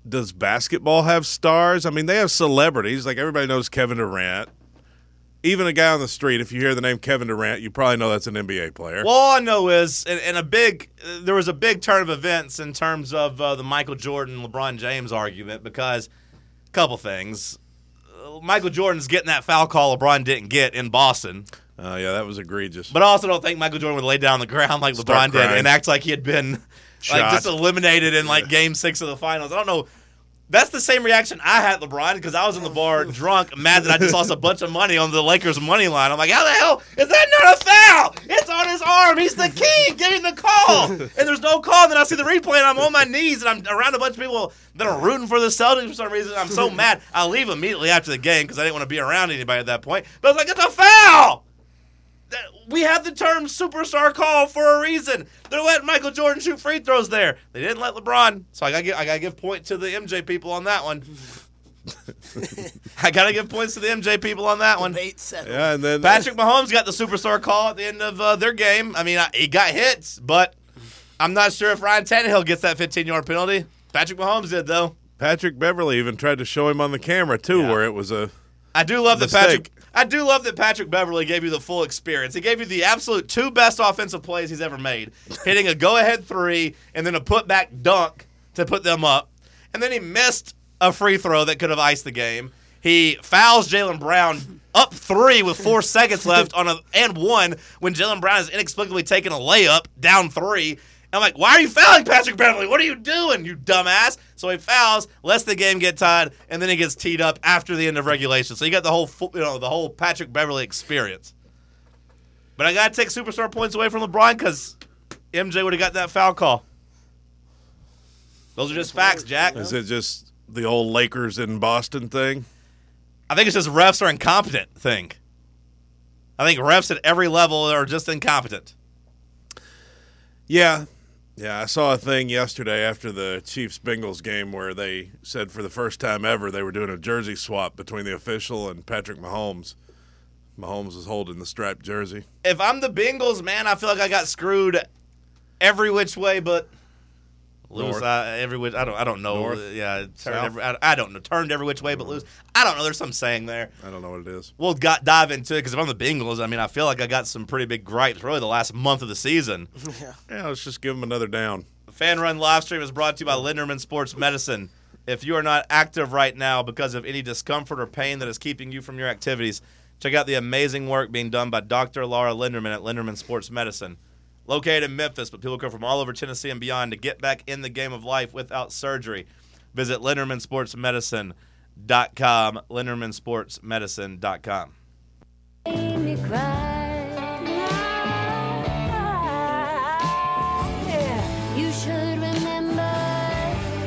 Speaker 2: does basketball have stars? I mean, they have celebrities. Like everybody knows Kevin Durant. even a guy on the street, if you hear the name Kevin Durant, you probably know that's an NBA player.
Speaker 4: Well, all I know is, and, and a big, uh, there was a big turn of events in terms of uh, the Michael Jordan LeBron James argument because, couple things, Uh, Michael Jordan's getting that foul call LeBron didn't get in Boston,
Speaker 2: Uh, yeah, that was egregious.
Speaker 4: but I also don't think Michael Jordan would lay down on the ground like
Speaker 2: Start
Speaker 4: LeBron did
Speaker 2: crying.
Speaker 4: and act like he had been like
Speaker 2: Shot.
Speaker 4: just eliminated in like Game Six of the Finals. I don't know. That's the same reaction I had, LeBron, because I was in the bar drunk, mad that I just lost a bunch of money on the Lakers money line. I'm like, how the hell is that not a foul? It's on his arm. He's the king. Give him the call. And there's no call. Then I see the replay, and I'm on my knees, and I'm around a bunch of people that are rooting for the Celtics for some reason. I'm so mad. I leave immediately after the game because I didn't want to be around anybody at that point. But I was like, it's a foul. That- We have the term superstar call for a reason. They're letting Michael Jordan shoot free throws there. They didn't let LeBron, so I gotta give, I gotta give point to the MJ people on that one. I gotta give points to the MJ people on that one.
Speaker 5: Eight seven.
Speaker 2: yeah, and then
Speaker 4: Patrick Mahomes got the superstar call at the end of uh, their game. I mean, I, he got hits, but I'm not sure if Ryan Tannehill gets that 15 yard penalty. Patrick Mahomes did though.
Speaker 2: Patrick Beverly even tried to show him on the camera too,
Speaker 4: Yeah.
Speaker 2: where it was a
Speaker 4: I do love that
Speaker 2: Mistake.
Speaker 4: Patrick. I do love that Patrick Beverly gave you the full experience. He gave you the absolute two best offensive plays he's ever made, hitting a go-ahead three and then a put-back dunk to put them up, and then he missed a free throw that could have iced the game. He fouls Jalen Brown up three with four seconds left on a and one when Jalen Brown is inexplicably taking a layup down three. I'm like, why are you fouling Patrick Beverly? What are you doing, you dumbass? So he fouls, lets the game get tied, and then he gets teed up after the end of regulation. So you got the whole, fu- you know, the whole Patrick Beverly experience. But I gotta take superstar points away from LeBron because MJ would have got that foul call. Those are just facts, Jack.
Speaker 2: is it just the old Lakers in Boston thing?
Speaker 4: I think it's just refs are incompetent thing. I think refs at every level are just incompetent.
Speaker 2: Yeah. Yeah, I saw a thing yesterday after the Chiefs Bengals game where they said for the first time ever they were doing a jersey swap between the official and Patrick Mahomes. Mahomes was holding the striped jersey.
Speaker 4: If I'm the Bengals, man, I feel like I got screwed every which way but loose.
Speaker 2: North.
Speaker 4: I, every which I don't I don't know.
Speaker 2: North.
Speaker 4: Yeah, turned
Speaker 2: South.
Speaker 4: every, I, I don't know. Turned every which way but loose. I don't know. There's some saying there.
Speaker 2: I don't know what it is.
Speaker 4: We'll got, dive into it because if I'm the Bengals, I mean, I feel like I got some pretty big gripes really the last month of the season.
Speaker 5: Yeah.
Speaker 2: Yeah, let's just give him another down.
Speaker 4: Fan Run live stream is brought to you by Linderman Sports Medicine. If you are not active right now because of any discomfort or pain that is keeping you from your activities, check out the amazing work being done by Dr. Laura Linderman at Linderman Sports Medicine. Located in Memphis, but people come from all over Tennessee and beyond to get back in the game of life without surgery. Visit LindermanSportsMedicine.com, LindermanSportsMedicine.com.
Speaker 3: Made me cry. You should remember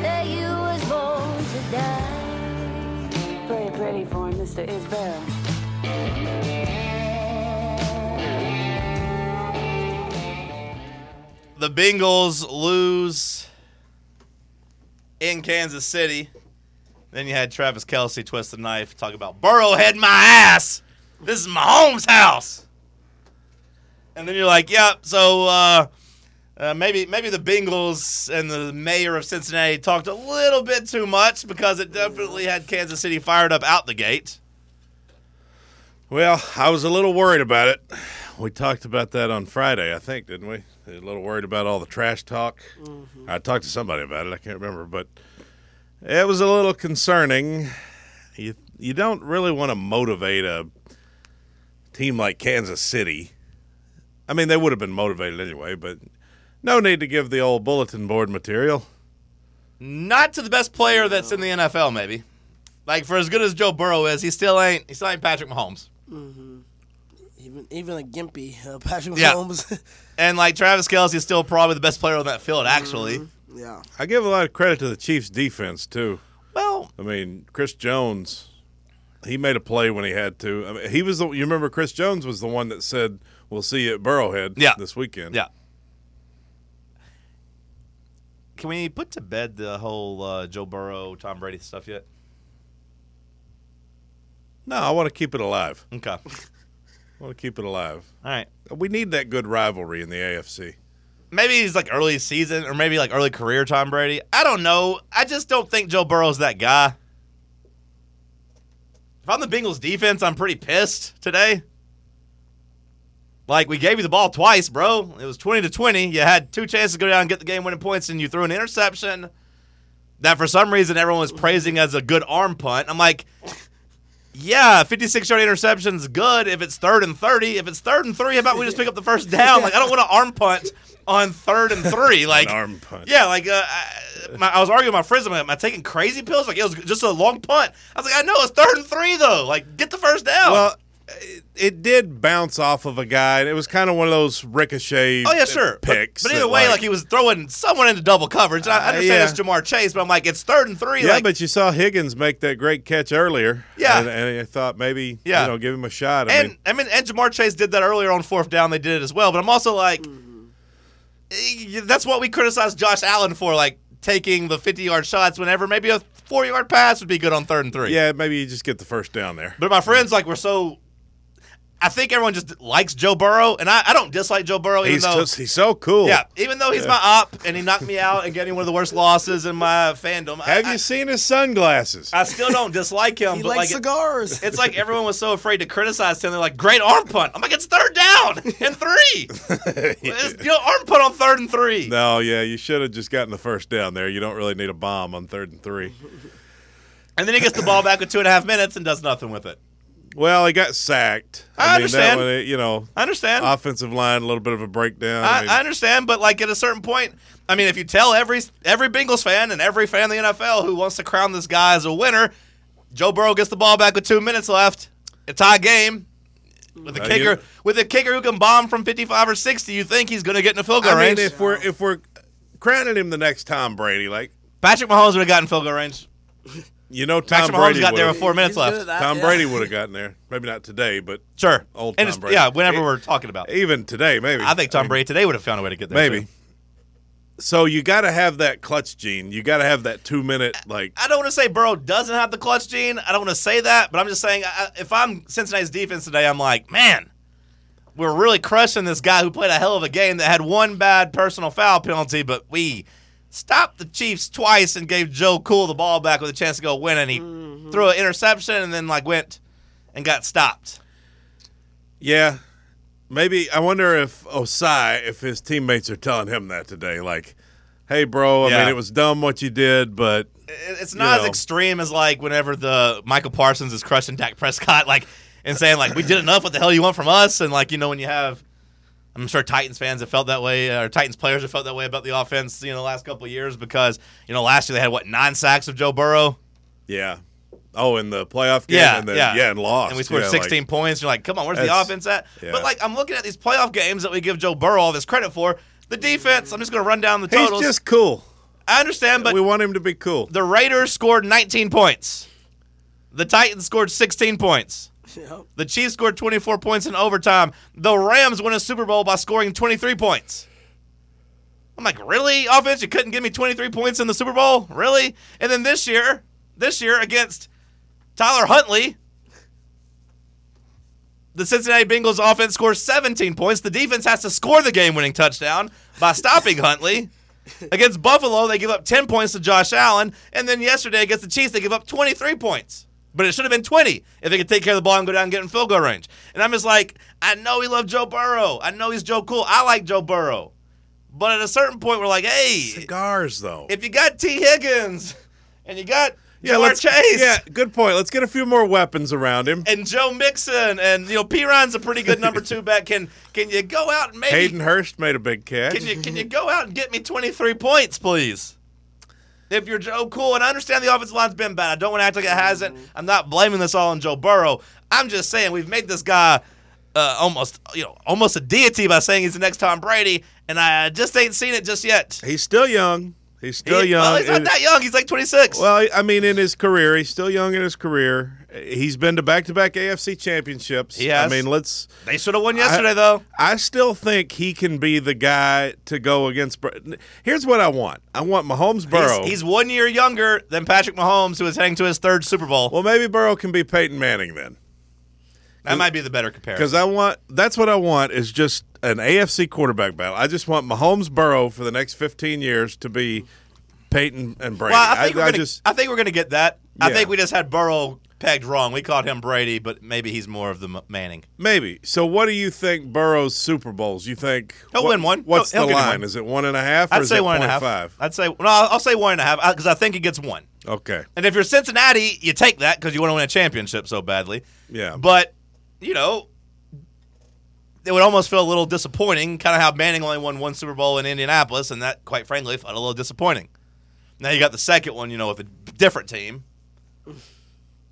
Speaker 3: that you was born to die.
Speaker 6: Play it pretty for him, Mr. Isbell.
Speaker 4: the Bengals lose in Kansas City. Then you had Travis Kelsey twist the knife, talk about Burrow had my ass. This is my home's house. And then you're like, yep, so uh, uh, maybe maybe the Bengals and the mayor of Cincinnati talked a little bit too much because it definitely had Kansas City fired up out the gate.
Speaker 2: Well, I was a little worried about it. We talked about that on Friday, I think, didn't we? A little worried about all the trash talk. I talked to somebody about it. I can't remember, but it was a little concerning. You you don't really want to motivate a team like Kansas City. I mean, they would have been motivated anyway, but no need to give the old bulletin board material.
Speaker 4: Not to the best player that's in the NFL, maybe. Like for as good as Joe Burrow is, he still ain't he still ain't Patrick Mahomes.
Speaker 5: Even even a gimpy uh, Patrick
Speaker 4: Yeah.
Speaker 5: Mahomes.
Speaker 4: And like Travis Kelsey is still probably the best player on that field, actually.
Speaker 5: yeah.
Speaker 2: I give a lot of credit to the Chiefs defense too.
Speaker 4: Well,
Speaker 2: I mean, Chris Jones, he made a play when he had to. I mean, he was the. You remember Chris Jones was the one that said, "We'll see you at Burrowhead
Speaker 4: Yeah.
Speaker 2: this weekend."
Speaker 4: yeah. Can we put to bed the whole uh, Joe Burrow, Tom Brady stuff yet?
Speaker 2: No, I want to keep it alive.
Speaker 4: Okay. All
Speaker 2: I want to keep it alive.
Speaker 4: right.
Speaker 2: We need that good rivalry in the AFC.
Speaker 4: Maybe he's like early season or maybe like early career Tom Brady. I don't know. I just don't think Joe Burrow's that guy. If I'm the Bengals defense, I'm pretty pissed today. Like we gave you the ball twice, bro. It was 20 to 20. You had two chances to go down and get the game-winning points, and you threw an interception. That for some reason everyone was praising as a good arm punt. I'm like, yeah, 56 yard interception's good if it's third and 30. If it's third and three, how about we just pick up the first down? Like I don't want an arm punt on third and three. Like
Speaker 2: arm punt.
Speaker 4: Yeah, like uh, I, my, I was arguing with my friends. I'm like, am I taking crazy pills? Like it was just a long punt. I was like, I know it's third and three though. Like get the first down.
Speaker 2: Well, it, Uh, it did bounce off of a guy, and it was kind of one of those ricochet.
Speaker 4: Oh yeah, sure. But-
Speaker 2: Picks,
Speaker 4: but,
Speaker 2: that,
Speaker 4: either way, like, he was throwing someone into double coverage. And I I
Speaker 2: Uh,
Speaker 4: understand
Speaker 2: yeah.
Speaker 4: it's Jamar Chase, but I'm like, it's third and three.
Speaker 2: Yeah,
Speaker 4: like,
Speaker 2: but you saw Higgins make that great catch earlier.
Speaker 4: Yeah.
Speaker 2: and, and I thought maybe
Speaker 4: Yeah.
Speaker 2: you know give him a shot. I
Speaker 4: and
Speaker 2: mean,
Speaker 4: I mean, and Jamar Chase did that earlier on fourth down. They did it as well. But I'm also like,
Speaker 2: Mm-hmm.
Speaker 4: eh, that's what we criticized Josh Allen for, like taking the 50 yard shots whenever maybe a four yard pass would be good on third and three.
Speaker 2: yeah, maybe you just get the first down there.
Speaker 4: But my friends like were so. I think everyone just likes Joe Burrow, and I, I don't dislike Joe Burrow.
Speaker 2: He's
Speaker 4: even though,
Speaker 2: just, he's so cool.
Speaker 4: yeah, even though he's my op and he knocked me out and gave me one of the worst losses in my fandom. I-
Speaker 2: Have
Speaker 4: I,
Speaker 2: you seen his sunglasses?
Speaker 4: I still don't dislike him,
Speaker 5: He
Speaker 4: but
Speaker 5: likes
Speaker 4: like it-
Speaker 5: cigars.
Speaker 4: it's like everyone was so afraid to criticize him. They're like, "Great arm punt." I'm like, "It's third down and three. it's, you know, arm punt on third and three.
Speaker 2: no, yeah, you should have just gotten the first down there. You don't really need a bomb on third and three.
Speaker 4: And then he gets the ball back with two and a half minutes and does nothing with it.
Speaker 2: Well, he got sacked.
Speaker 4: I understand.
Speaker 2: That one, you know,
Speaker 4: I understand.
Speaker 2: offensive line, a little bit of a breakdown.
Speaker 4: I,
Speaker 2: mean,
Speaker 4: I understand, but like at a certain point, I mean, if you tell every every Bengals fan and every fan of the NFL who wants to crown this guy as a winner, Joe Burrow gets the ball back with two minutes left, a tie game. With a
Speaker 2: Uh,
Speaker 4: kicker,
Speaker 2: you-
Speaker 4: with a kicker who can bomb from 55 or 60, you think he's going to get in the field goal
Speaker 2: I mean,
Speaker 4: range?
Speaker 2: if we're if we're crowning him the next Tom Brady, like
Speaker 4: Patrick Mahomes would have gotten field goal range.
Speaker 2: you know, Tom
Speaker 4: Patrick Mahomes
Speaker 2: Brady
Speaker 4: got there
Speaker 2: would've-
Speaker 4: with four minutes
Speaker 5: He's good
Speaker 4: left.
Speaker 5: at that,
Speaker 2: Tom
Speaker 5: yeah.
Speaker 2: Brady would have gotten there. Maybe not today, but
Speaker 4: Sure,
Speaker 2: Old
Speaker 4: and
Speaker 2: Tom
Speaker 4: it's-
Speaker 2: Brady.
Speaker 4: Yeah, whenever
Speaker 2: It-
Speaker 4: we're talking about, it.
Speaker 2: even today, maybe.
Speaker 4: I think Tom
Speaker 2: mean,
Speaker 4: Brady today would have found a way to get there.
Speaker 2: Maybe.
Speaker 4: too.
Speaker 2: So you got to have that clutch gene. You got to have that two minute like.
Speaker 4: I don't want to say Burrow doesn't have the clutch gene. I don't want to say that, but I'm just saying I, if I'm Cincinnati's defense today, I'm like, man, we're really crushing this guy who played a hell of a game that had one bad personal foul penalty, but we stopped the Chiefs twice and gave Joe Cool the ball back with a chance to go win, and he threw an interception and then like went and got stopped.
Speaker 2: Yeah. Maybe I wonder if Osai, if his teammates are telling him that today, like, "Hey, bro, I
Speaker 4: Yeah.
Speaker 2: mean, it was dumb what you did, but
Speaker 4: it- it's not as
Speaker 2: know.
Speaker 4: extreme as like whenever the Michael Parsons is crushing Dak Prescott, like and saying like we did enough. What the hell you want from us? And like you know when you have, I'm sure Titans fans have felt that way, or Titans players have felt that way about the offense. You know, the last couple of years because you know last year they had what nine sacks of Joe Burrow.
Speaker 2: yeah." Oh, in the playoff game,
Speaker 4: Yeah,
Speaker 2: and then,
Speaker 4: yeah.
Speaker 2: and lost,
Speaker 4: And we scored
Speaker 2: Yeah, like-
Speaker 4: 16 points. You're like, come on, where's the
Speaker 2: That's-
Speaker 4: offense at?
Speaker 2: yeah.
Speaker 4: But like, I'm looking at these playoff games that we give Joe Burrow all this credit for. The defense, I'm just going to run down the
Speaker 2: He's
Speaker 4: totals.
Speaker 2: just cool.
Speaker 4: I understand, but
Speaker 2: we want him to be cool.
Speaker 4: the Raiders scored 19 points. The Titans scored 16 points.
Speaker 5: Yep.
Speaker 4: The Chiefs scored 24 points in overtime. The Rams won a Super Bowl by scoring 23 points. I'm like, really? Offense, you couldn't give me 23 points in the Super Bowl? Really? And then this year, this year against Tyler Huntley, the Cincinnati Bengals offense scores 17 points. The defense has to score the game winning touchdown by stopping Huntley. Against Buffalo, they give up 10 points to Josh Allen. And then yesterday against the Chiefs, they give up 23 points. But it should have been 20 if they could take care of the ball and go down and get in field goal range. And I'm just like, I know we love Joe Burrow. I know he's Joe Cool. I like Joe Burrow. But at a certain point, we're like, hey,
Speaker 2: Cigars, though.
Speaker 4: if you got T. Higgins and you got
Speaker 2: yeah,
Speaker 4: Jamar
Speaker 2: let's
Speaker 4: Chase
Speaker 2: Yeah, good point. Let's get a few more weapons around him.
Speaker 4: and Joe Mixon and you know P Ryan's a pretty good number two back. Can can you go out and maybe
Speaker 2: Hayden Hurst made a big catch.
Speaker 4: can you can you go out and get me twenty three points, please? If you're Joe Cool, and I understand the offensive line's been bad. I don't want to act like it hasn't. I'm not blaming this all on Joe Burrow. I'm just saying we've made this guy uh, almost you know almost a deity by saying he's the next Tom Brady, and I uh, just ain't seen it just yet.
Speaker 2: He's still young. He's still
Speaker 4: He-
Speaker 2: young.
Speaker 4: Well, he's not
Speaker 2: It-
Speaker 4: that young. He's like 26.
Speaker 2: Well, I mean, in his career, he's still young in his career. He's been to back-to-back AFC championships.
Speaker 4: He has.
Speaker 2: I mean, let's.
Speaker 4: they should have won yesterday, though.
Speaker 2: I still think he can be the guy to go against. Bur- Here's what I want. I want Mahomes Burrow.
Speaker 4: He's, he's one year younger than Patrick Mahomes, who is heading to his third Super Bowl.
Speaker 2: well, maybe Burrow can be Peyton Manning then,
Speaker 4: That might be the better comparison.
Speaker 2: because I want. That's what I want is just an AFC quarterback battle. I just want Mahomes Burrow for the next 15 years to be Peyton and Brady.
Speaker 4: Well, I think, we're gonna,
Speaker 2: just
Speaker 4: I think we're going to get that. I
Speaker 2: Yeah.
Speaker 4: think we just had Burrow pegged wrong. We called him Brady, but maybe he's more of the M- Manning.
Speaker 2: Maybe. So, what do you think Burrow's Super Bowls? You think
Speaker 4: He'll
Speaker 2: what-
Speaker 4: win one.
Speaker 2: What's
Speaker 4: He'll-
Speaker 2: the
Speaker 4: he'll get him
Speaker 2: line?
Speaker 4: one.
Speaker 2: Is it one and a half? Or
Speaker 4: I'd
Speaker 2: is
Speaker 4: say
Speaker 2: it
Speaker 4: one and a half.
Speaker 2: 0.5?
Speaker 4: I'd say no. I'll I'll say one and a half because I think he gets one.
Speaker 2: Okay.
Speaker 4: And if you're Cincinnati, you take that because you want to win a championship so badly.
Speaker 2: Yeah.
Speaker 4: But you know, it would almost feel a little disappointing, kind of how Manning only won one Super Bowl in Indianapolis, and that, quite frankly, felt a little disappointing. Now you got the second one, you know, with a different team.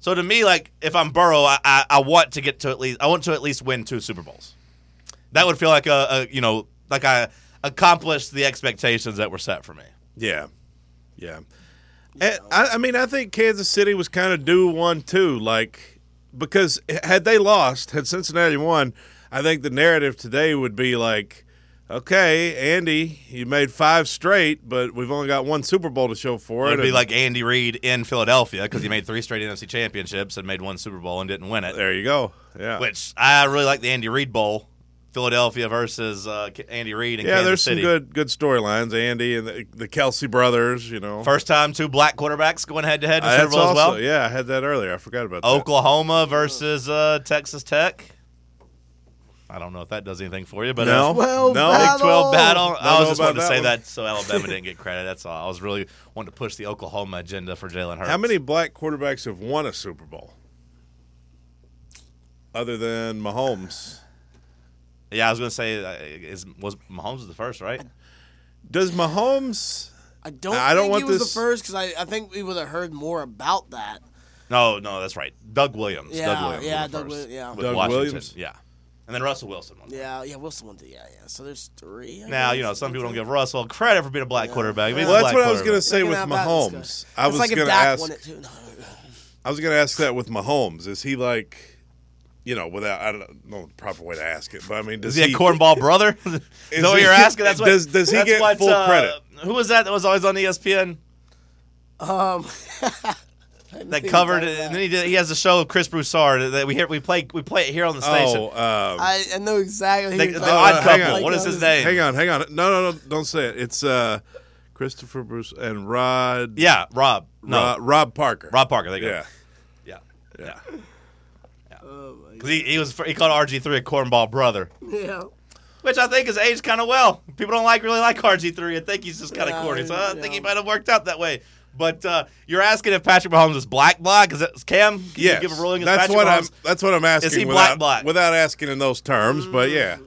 Speaker 4: So to me, like if I'm Burrow, I, I, I want to get to at least I want to at least win two Super Bowls. That would feel like a, a you know like I accomplished the expectations that were set for me.
Speaker 2: Yeah, yeah. And I, I mean, I think Kansas City was kind of due one too, like because had they lost, had Cincinnati won, I think the narrative today would be like, okay, Andy, you made five straight, but we've only got one Super Bowl to show for it.
Speaker 4: It'd be
Speaker 2: and-
Speaker 4: like Andy Reid in Philadelphia because he made three straight NFC championships and made one Super Bowl and didn't win it.
Speaker 2: there you go. Yeah.
Speaker 4: Which I really like the Andy Reid Bowl, Philadelphia versus uh, K- Andy Reid in
Speaker 2: yeah,
Speaker 4: Kansas
Speaker 2: there's
Speaker 4: City.
Speaker 2: some good good storylines. Andy and the, the Kelsey brothers, you know.
Speaker 4: First time two black quarterbacks going head to head in the
Speaker 2: Uh,
Speaker 4: Super
Speaker 2: that's
Speaker 4: Bowl as
Speaker 2: also,
Speaker 4: well.
Speaker 2: yeah, I had that earlier. I forgot about that.
Speaker 4: Oklahoma versus uh, Texas Tech. I don't know if that does anything for you, but
Speaker 2: No,
Speaker 4: uh,
Speaker 5: Twelve
Speaker 2: no,
Speaker 5: battle.
Speaker 4: Big 12 battle.
Speaker 2: Don't
Speaker 4: I
Speaker 2: know
Speaker 4: was just
Speaker 2: about
Speaker 4: wanting to
Speaker 2: that
Speaker 4: say
Speaker 2: one.
Speaker 4: that so Alabama didn't get credit. That's all. I was really wanting to push the Oklahoma agenda for Jalen Hurts.
Speaker 2: How many black quarterbacks have won a Super Bowl? Other than Mahomes.
Speaker 4: Yeah, I was going to say, uh, is, was Mahomes the first, right?
Speaker 2: Does Mahomes
Speaker 5: I don't.
Speaker 2: I don't
Speaker 5: think
Speaker 2: want
Speaker 5: he was
Speaker 2: this-
Speaker 5: the first because I, I think we would have heard more about that.
Speaker 4: No, no, that's right. Doug Williams. Doug
Speaker 5: Yeah,
Speaker 4: Williams.
Speaker 5: yeah,
Speaker 4: was the
Speaker 5: Doug
Speaker 4: first
Speaker 5: Wi- yeah.
Speaker 4: with
Speaker 2: Doug
Speaker 4: Washington.
Speaker 2: Williams?
Speaker 4: Yeah. And then Russell Wilson. was.
Speaker 5: Yeah, yeah, Wilson won. the- Yeah, yeah. So there's three. I
Speaker 4: Now, you know,
Speaker 5: guess.
Speaker 4: some people don't give Russell credit for being a black quarterback. He's a
Speaker 2: Well, that's
Speaker 4: black
Speaker 2: what I was going to
Speaker 4: quarterback.
Speaker 2: say
Speaker 5: We
Speaker 2: with
Speaker 5: can have that
Speaker 2: Mahomes.
Speaker 5: discussion.
Speaker 2: I
Speaker 5: It's
Speaker 2: was
Speaker 5: like if
Speaker 2: going to
Speaker 5: Dak
Speaker 2: ask.
Speaker 5: won it too. No.
Speaker 2: I was going to ask that with Mahomes. Is he like, you know, without I don't know the proper way to ask it, but I mean, does
Speaker 4: Is he
Speaker 2: he
Speaker 4: a cornball brother? is that what
Speaker 2: he-
Speaker 4: you're asking? That's what,
Speaker 2: does- does he
Speaker 4: that's
Speaker 2: get
Speaker 4: what,
Speaker 2: full
Speaker 4: uh,
Speaker 2: credit?
Speaker 4: Who was that that was always on E ESPN
Speaker 5: I
Speaker 4: that
Speaker 5: Um, think
Speaker 4: covered
Speaker 5: about
Speaker 4: it? And
Speaker 5: that.
Speaker 4: then he, did, he has a show with Chris Broussard that we hear, we play we play it here on the station.
Speaker 2: Oh, um,
Speaker 5: I, I know exactly.
Speaker 4: the,
Speaker 5: who
Speaker 4: the
Speaker 5: you're
Speaker 2: uh,
Speaker 4: odd
Speaker 5: talking about.
Speaker 2: hang
Speaker 4: couple.
Speaker 2: on.
Speaker 4: What is his name?
Speaker 2: hang on, hang on. No, no, no, don't say it. It's uh, Christopher Bruce and Rod.
Speaker 4: Yeah, Rob. No,
Speaker 2: Ro- Rob Parker.
Speaker 4: Rob Parker. There you go.
Speaker 2: Yeah.
Speaker 4: Yeah. Yeah.
Speaker 5: Oh,
Speaker 4: Because he, he was he called RG three a cornball brother,
Speaker 5: Yeah.
Speaker 4: which I think is aged kind of well. People don't like really like RG three. I think he's just kind of
Speaker 5: Yeah,
Speaker 4: corny. So I
Speaker 5: yeah.
Speaker 4: think he might have worked out that way. But uh, you're asking if Patrick Mahomes is black block? Is that Cam? Can you
Speaker 2: Yes,
Speaker 4: give a ruling? Is
Speaker 2: that's
Speaker 4: Patrick
Speaker 2: what
Speaker 4: Mahomes?
Speaker 2: I'm. That's what I'm asking.
Speaker 4: he
Speaker 2: without,
Speaker 4: black, black?
Speaker 2: without asking in those terms, but yeah,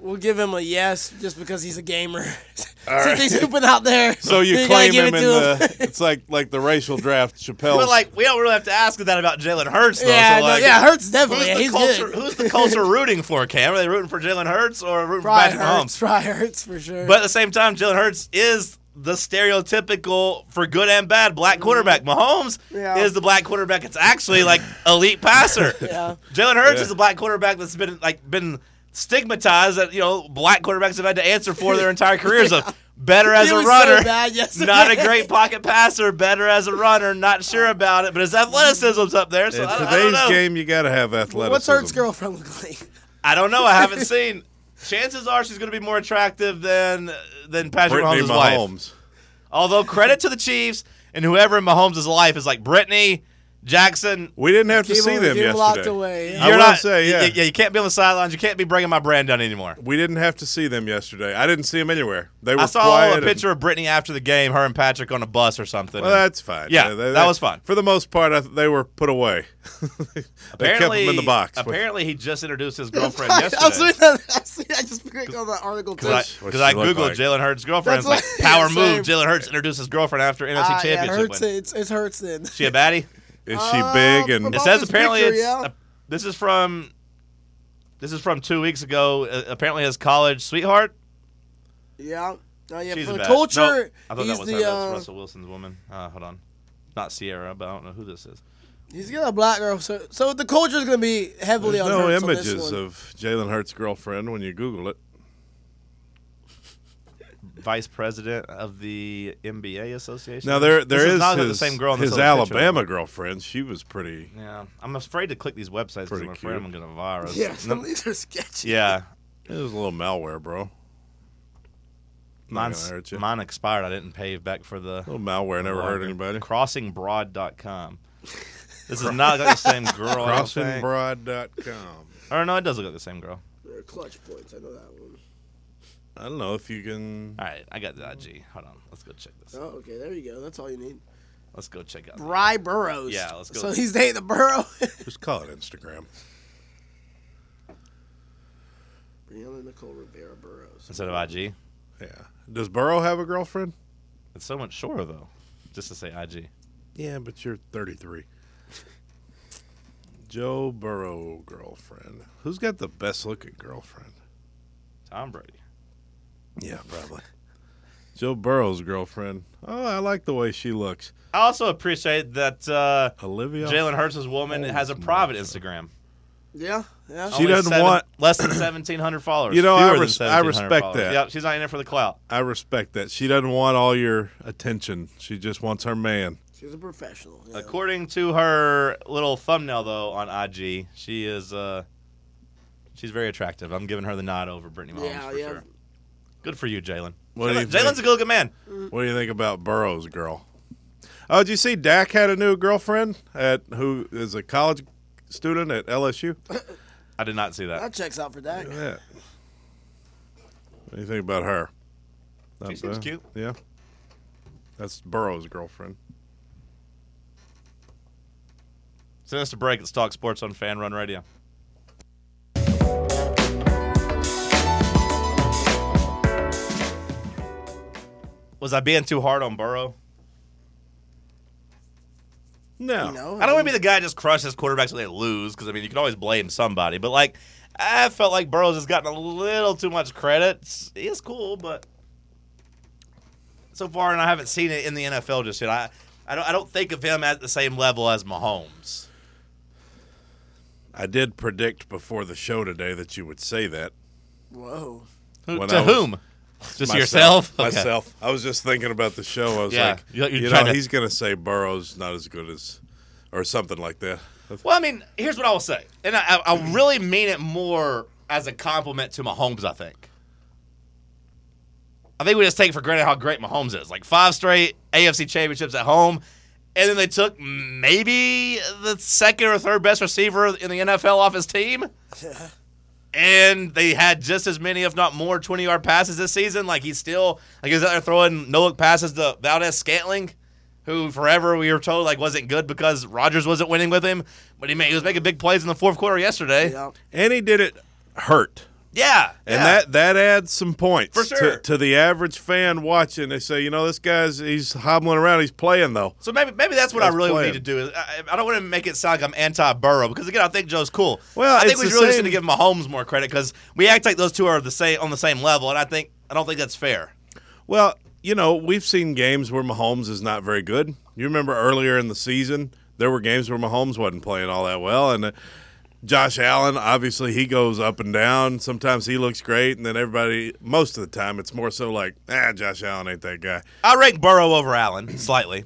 Speaker 5: We'll give him a yes just because he's a gamer.
Speaker 2: right.
Speaker 5: Since he's hooping out there.
Speaker 2: So you
Speaker 5: gotta
Speaker 2: claim
Speaker 5: give
Speaker 2: him
Speaker 5: it
Speaker 2: in
Speaker 5: to
Speaker 2: the. It's like like the racial draft, Chappelle.
Speaker 4: But like, we don't really have to ask that about Jalen Hurts, though.
Speaker 5: yeah,
Speaker 4: so,
Speaker 5: no,
Speaker 4: like,
Speaker 5: yeah, Hurts
Speaker 4: Who's
Speaker 5: definitely.
Speaker 4: the
Speaker 5: yeah, he's
Speaker 4: culture?
Speaker 5: good.
Speaker 4: Who's the culture rooting for? Cam? Are they rooting for Jalen Hurts or rooting
Speaker 5: Probably
Speaker 4: for Patrick Mahomes?
Speaker 5: Hurts. Probably Hurts for sure.
Speaker 4: But at the same time, Jalen Hurts is the stereotypical for good and bad black quarterback. Mahomes
Speaker 5: Mm-hmm. Yeah.
Speaker 4: is the black quarterback that's actually like elite passer.
Speaker 5: Yeah.
Speaker 4: Jalen Hurts
Speaker 2: Yeah.
Speaker 4: is the black quarterback that's been like been stigmatized that you know black quarterbacks have had to answer for their entire careers of better as
Speaker 5: He
Speaker 4: a
Speaker 5: was so
Speaker 4: runner.
Speaker 5: bad yesterday.
Speaker 4: not a great pocket passer, better as a runner, not sure about it, but his athleticism's up there. So
Speaker 2: in
Speaker 4: I,
Speaker 2: today's
Speaker 4: don't- I don't know.
Speaker 2: game, you gotta have athleticism.
Speaker 5: What's Hurts' girlfriend look like?
Speaker 4: I don't know. I haven't seen. Chances are she's going to be more attractive than than Patrick
Speaker 2: Brittany
Speaker 4: Mahomes' wife.
Speaker 2: Mahomes.
Speaker 4: Although credit to the Chiefs and whoever in Mahomes' life is like Brittany Jackson.
Speaker 2: We didn't have to
Speaker 5: Keep
Speaker 2: see
Speaker 5: him-
Speaker 2: them
Speaker 5: keep him locked
Speaker 2: yesterday.
Speaker 5: away, yeah.
Speaker 2: I
Speaker 4: You're
Speaker 2: will
Speaker 4: not.
Speaker 2: say,
Speaker 4: you-
Speaker 2: yeah,
Speaker 4: you- yeah, you can't be on the sidelines. You can't be bringing my brand down anymore.
Speaker 2: we didn't have to see them yesterday. I didn't see them anywhere. They were
Speaker 4: I saw
Speaker 2: quiet
Speaker 4: a picture of Brittany after the game, her and Patrick on a bus or something.
Speaker 2: And, well, that's fine.
Speaker 4: Yeah,
Speaker 2: they-
Speaker 4: that
Speaker 2: they-
Speaker 4: was fine.
Speaker 2: For the most part, I, they were put away. they kept them
Speaker 4: apparently
Speaker 2: in the box.
Speaker 4: Apparently, he just introduced his girlfriend
Speaker 5: I was
Speaker 4: yesterday.
Speaker 5: reading that. I, see, I just picked up that article too.
Speaker 4: Because
Speaker 2: What's
Speaker 4: I
Speaker 2: she look
Speaker 4: googled
Speaker 2: like?
Speaker 4: Jalen Hurts' girlfriend, it's like
Speaker 5: That's what-
Speaker 4: power
Speaker 5: yeah,
Speaker 4: move.
Speaker 5: same.
Speaker 4: Jalen Hurts introduced his girlfriend after NFC
Speaker 5: Ah, yeah,
Speaker 4: Championship
Speaker 5: Hurts.
Speaker 4: win.
Speaker 5: It's it's Hurts then.
Speaker 4: Is she a baddie?
Speaker 2: Is she big and
Speaker 4: It
Speaker 5: Off
Speaker 4: says
Speaker 5: this
Speaker 4: apparently
Speaker 5: picture,
Speaker 4: it's.
Speaker 5: yeah.
Speaker 4: uh, this is from. This is from two weeks ago. Uh, apparently, his college sweetheart.
Speaker 5: Yeah. Oh, yeah,
Speaker 4: She's
Speaker 5: for
Speaker 4: a
Speaker 5: the
Speaker 4: bad-
Speaker 5: culture,
Speaker 4: No, I thought
Speaker 5: he's
Speaker 4: that was her.
Speaker 5: the
Speaker 4: That's
Speaker 5: uh,
Speaker 4: Russell Wilson's woman. Uh, hold on, not Sierra, but I don't know who this is.
Speaker 5: he's got a black girl. So, so the culture is going to be heavily
Speaker 2: There's
Speaker 5: on
Speaker 2: no
Speaker 5: Hurts on this
Speaker 2: images
Speaker 5: one.
Speaker 2: of Jalen Hurts' girlfriend when you Google it.
Speaker 4: Vice president of the NBA Association.
Speaker 2: Now there there
Speaker 4: this
Speaker 2: is,
Speaker 4: is not
Speaker 2: his,
Speaker 4: the same girl. In this
Speaker 2: his
Speaker 4: other picture.
Speaker 2: Alabama girlfriend. She was pretty.
Speaker 4: Yeah, I'm afraid to click these websites because
Speaker 2: Pretty
Speaker 4: I'm afraid
Speaker 2: cute.
Speaker 4: I'm gonna virus.
Speaker 5: Yeah, some
Speaker 4: No-
Speaker 5: of these are sketchy.
Speaker 4: yeah.
Speaker 2: It was a little malware, bro. Not
Speaker 4: Mine's,
Speaker 2: gonna hurt you.
Speaker 4: mine
Speaker 2: Oh,
Speaker 4: expired. I didn't pay back for the
Speaker 2: A little malware never hurt
Speaker 4: login.
Speaker 2: anybody.
Speaker 4: Crossingbroad.com. This is not like the same girl. I don't think.
Speaker 2: Crossingbroad.com.
Speaker 4: Or no, it does look like the same girl.
Speaker 5: They're clutch points. I know that one.
Speaker 2: I don't know if you can.
Speaker 4: All right, I got the IG. Hold on, let's go check this.
Speaker 5: Oh, okay. There you go. That's all you need.
Speaker 4: Let's go check out.
Speaker 5: Bry Burrows.
Speaker 4: Yeah, let's go.
Speaker 5: So he's dating the Burrow.
Speaker 2: Just call it Instagram.
Speaker 5: Brianna Nicole Rivera Burrows.
Speaker 4: Instead of IG,
Speaker 2: Yeah. Does Burrow have a girlfriend?
Speaker 4: it's so much shorter though. Just to say IG.
Speaker 2: Yeah, but you're 33. Joe Burrow girlfriend. Who's got the best looking girlfriend?
Speaker 4: Tom Brady.
Speaker 2: Yeah, probably. Joe Burrow's girlfriend. Oh, I like the way she looks.
Speaker 4: I also appreciate that uh,
Speaker 2: Olivia.
Speaker 4: Jalen Hurts' woman
Speaker 2: Oh,
Speaker 4: has a
Speaker 2: it's
Speaker 4: private
Speaker 2: monster.
Speaker 4: Instagram.
Speaker 5: Yeah, yeah.
Speaker 2: She
Speaker 4: Only
Speaker 2: doesn't
Speaker 4: seven-
Speaker 2: want-
Speaker 4: less than seventeen hundred followers.
Speaker 2: You know, I
Speaker 4: Fewer than
Speaker 2: res- I
Speaker 4: 1,700
Speaker 2: respect
Speaker 4: followers.
Speaker 2: that.
Speaker 4: Yep, she's not in there for the clout.
Speaker 2: I respect that. She doesn't want all your attention. She just wants her man.
Speaker 5: She's a professional. Yeah.
Speaker 4: According to her little thumbnail though on IG, she is uh, she's very attractive. I'm giving her the nod over Brittany Mahomes
Speaker 5: Yeah,
Speaker 4: for
Speaker 5: yeah.
Speaker 4: sure. Good for you, Jalen.
Speaker 2: What do you
Speaker 4: Jalen's a
Speaker 2: think?
Speaker 4: good looking man.
Speaker 2: What do you think about Burrow's girl? Oh, did you see Dak had a new girlfriend at who is a college student at LSU?
Speaker 4: I did not see that.
Speaker 5: That checks out for Dak.
Speaker 2: Look at that. What do you think about her?
Speaker 4: She
Speaker 2: Not
Speaker 4: seems
Speaker 2: bad.
Speaker 4: cute.
Speaker 2: Yeah. That's Burrow's girlfriend.
Speaker 4: Send us a break. Let's talk sports on Fan Run Radio. Was I being too hard on Burrow?
Speaker 2: No.
Speaker 5: You know,
Speaker 4: I don't want to be the guy who just crushes quarterbacks when they lose because I mean you can always blame somebody. But like, I felt like Burrow's has gotten a little too much credit. It's- He is cool, but so far, and I haven't seen it in the NFL just yet. I, I don't, I don't think of him at the same level as Mahomes.
Speaker 2: I did predict before the show today that you would say that.
Speaker 5: Whoa.
Speaker 4: Who,
Speaker 2: When
Speaker 4: to
Speaker 2: I was-
Speaker 4: whom? Just
Speaker 2: Myself.
Speaker 4: yourself. Okay.
Speaker 2: Myself. I was just thinking about the show. I was
Speaker 4: Yeah,
Speaker 2: like,
Speaker 4: you're- you're
Speaker 2: you know,
Speaker 4: trying to-
Speaker 2: he's going to say Burrow's not as good as, or something like that.
Speaker 4: Well, I mean, here's what I will say, and I, I- I really mean it more as a compliment to Mahomes. I think. I think we just take for granted how great Mahomes is. Like five straight AFC championships at home, and then they took maybe the second or third best receiver in the NFL off his team. And they had just as many, if not more, twenty-yard passes this season. Like he's still like he's out there throwing no-look passes to Valdez Scantling who forever we were told like wasn't good because Rodgers wasn't winning with him, but he made he was making big plays in the fourth quarter yesterday. Yeah,
Speaker 5: Yeah.
Speaker 2: And he did it hurt. And
Speaker 4: yeah.
Speaker 2: that that adds some points
Speaker 4: For sure.
Speaker 2: to, to the average fan watching. They say, you know, this guy's he's hobbling around, he's playing though.
Speaker 4: So maybe maybe that's what I
Speaker 2: That's
Speaker 4: really
Speaker 2: playing.
Speaker 4: need to do. Is I, I don't want to make it sound like I'm anti Burrow because again I think Joe's cool.
Speaker 2: Well,
Speaker 4: I think
Speaker 2: it's
Speaker 4: we
Speaker 2: the
Speaker 4: really just
Speaker 2: same-
Speaker 4: need to give Mahomes more credit because we act like those two are the same on the same level, and I think I don't think that's fair.
Speaker 2: Well, you know, we've seen games where Mahomes is not very good. You remember earlier in the season, there were games where Mahomes wasn't playing all that well, and uh, Josh Allen, obviously, he goes up and down. Sometimes he looks great, and then everybody, most of the time, it's more so like, ah, Josh Allen ain't that guy.
Speaker 4: I rank Burrow over Allen slightly.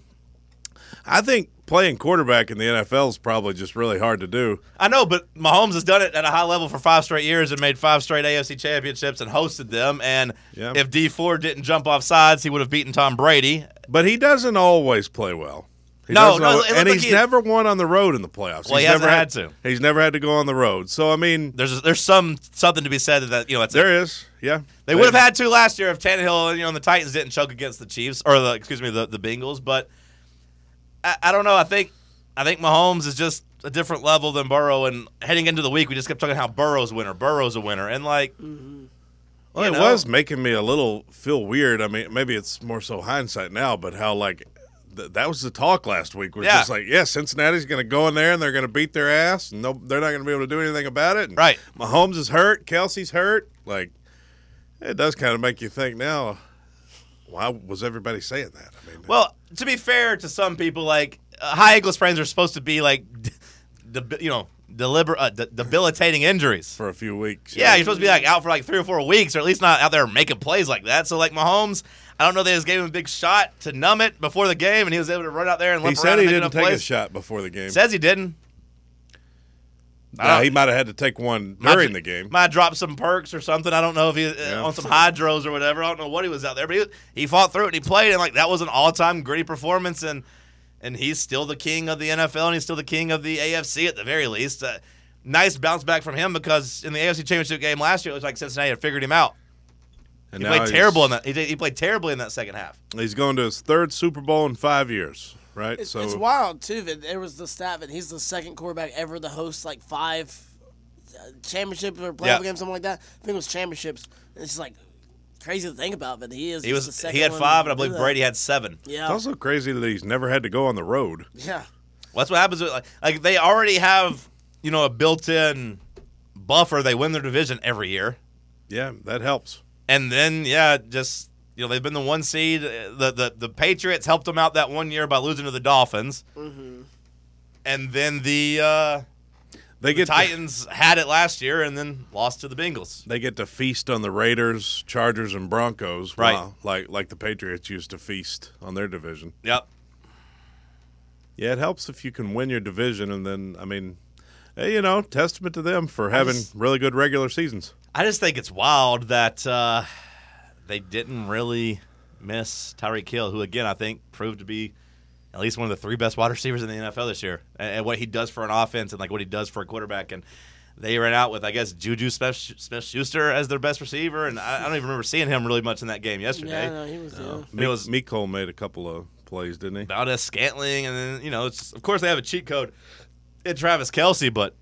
Speaker 2: I think playing quarterback in the NFL is probably just really hard to do.
Speaker 4: I know, but Mahomes has done it at a high level for five straight years and made five straight AFC championships and hosted them. And
Speaker 2: Yeah.
Speaker 4: if D Ford didn't jump off sides, he would have beaten Tom Brady.
Speaker 2: But he doesn't always play well. He
Speaker 4: No,
Speaker 2: doesn't
Speaker 4: no,
Speaker 2: always-
Speaker 4: it looked
Speaker 2: and
Speaker 4: like
Speaker 2: he's
Speaker 4: he-
Speaker 2: never won on the road in the playoffs.
Speaker 4: Well, he
Speaker 2: he's
Speaker 4: hasn't
Speaker 2: never
Speaker 4: had to.
Speaker 2: He's never had to go on the road. So I mean,
Speaker 4: There's there's some something to be said that you know it's
Speaker 2: there is, yeah.
Speaker 4: they would have had to last year if Tannehill you know and the Titans didn't choke against the Chiefs or the excuse me the the Bengals. But I, I don't know. I think I think Mahomes is just a different level than Burrow. And heading into the week, we just kept talking how Burrow's a winner, Burrow's a winner, and like
Speaker 2: Well,
Speaker 4: you
Speaker 2: it
Speaker 4: know?
Speaker 2: was making me a little feel weird. I mean, maybe it's more so hindsight now, but how like th- that was the talk last week. Was
Speaker 4: Yeah.
Speaker 2: just like, yeah, Cincinnati's going to go in there and they're going to beat their ass, and no, they're not going to be able to do anything about it. And
Speaker 4: Right.
Speaker 2: Mahomes is hurt. Kelsey's hurt. Like, it does kind of make you think now. Why was everybody saying that? I mean,
Speaker 4: Well, to be fair to some people, like uh, high ankle sprains are supposed to be like, de- de- you know, deliber- uh, de- debilitating injuries.
Speaker 2: for a few weeks. you
Speaker 4: Yeah,
Speaker 2: know.
Speaker 4: you're supposed to be like out for like three or four weeks, or at least not out there making plays like that. So like Mahomes, I don't know they just gave him a big shot to numb it before the game, and he was able to run out there and
Speaker 2: He
Speaker 4: limp
Speaker 2: said
Speaker 4: around
Speaker 2: he
Speaker 4: and make
Speaker 2: didn't
Speaker 4: enough
Speaker 2: take
Speaker 4: plays.
Speaker 2: a shot before the game.
Speaker 4: Says he didn't. I
Speaker 2: No,
Speaker 4: don't-
Speaker 2: he might have had to take one during
Speaker 4: might,
Speaker 2: the game.
Speaker 4: uh, Might drop some perks or something. I don't know if he uh,
Speaker 2: Yeah.
Speaker 4: on some hydros or whatever. I don't know what he was out there, but he, he fought through it and he played and like that was an all time gritty performance and and he's still the king of the NFL, and he's still the king of the AFC at the very least. Uh, nice bounce back from him because in the AFC Championship game last year, it was like Cincinnati had figured him out.
Speaker 2: And
Speaker 4: He
Speaker 2: now
Speaker 4: played
Speaker 2: he's-
Speaker 4: terrible in that. He, did, he played terribly in that second half.
Speaker 2: He's going to his third Super Bowl in five years, right?
Speaker 5: It's, it's wild too. That there was the stat that he's the second quarterback ever to host like five uh, championships or playoff
Speaker 4: Yeah.
Speaker 5: games, something like that. I think it was championships. And it's just like crazy to think about that he is.
Speaker 4: He
Speaker 5: just the
Speaker 4: was
Speaker 5: second
Speaker 4: he had
Speaker 5: one
Speaker 4: five, and I
Speaker 5: to
Speaker 4: believe
Speaker 5: do that.
Speaker 4: Brady had seven.
Speaker 5: Yeah,
Speaker 2: it's also crazy that he's never had to go on the road.
Speaker 5: yeah.
Speaker 4: Well, that's what happens. With, like, like they already have you know a built-in buffer. They win their division every year.
Speaker 2: Yeah, that helps.
Speaker 4: And then yeah, just you know they've been the one seed. Uh, The the the Patriots helped them out that one year by losing to the Dolphins. And then the uh,
Speaker 2: They get to,
Speaker 4: Titans had it last year and then lost to the Bengals.
Speaker 2: they get to feast on the Raiders, Chargers, and Broncos,
Speaker 4: Right.
Speaker 2: while- like like the Patriots used to feast on their division.
Speaker 4: Yep.
Speaker 2: Yeah, it helps if you can win your division, and then I mean, hey, you know, testament to them for having
Speaker 4: just-
Speaker 2: really good regular seasons.
Speaker 4: I just think it's wild that uh, they didn't really miss Tyreek Hill, who again I think proved to be at least one of the three best wide receivers in the NFL this year, and, and what he does for an offense and like what he does for a quarterback. And they ran out with I guess Juju Smith Schuster as their best receiver, and I, I don't even remember seeing him really much in that game yesterday.
Speaker 5: Yeah, no, he was. yeah.
Speaker 4: And it was
Speaker 2: Miko made a couple of plays, didn't he?
Speaker 4: Valdez Scantling, and then you know, it's, of course they have a cheat code at Travis Kelsey, but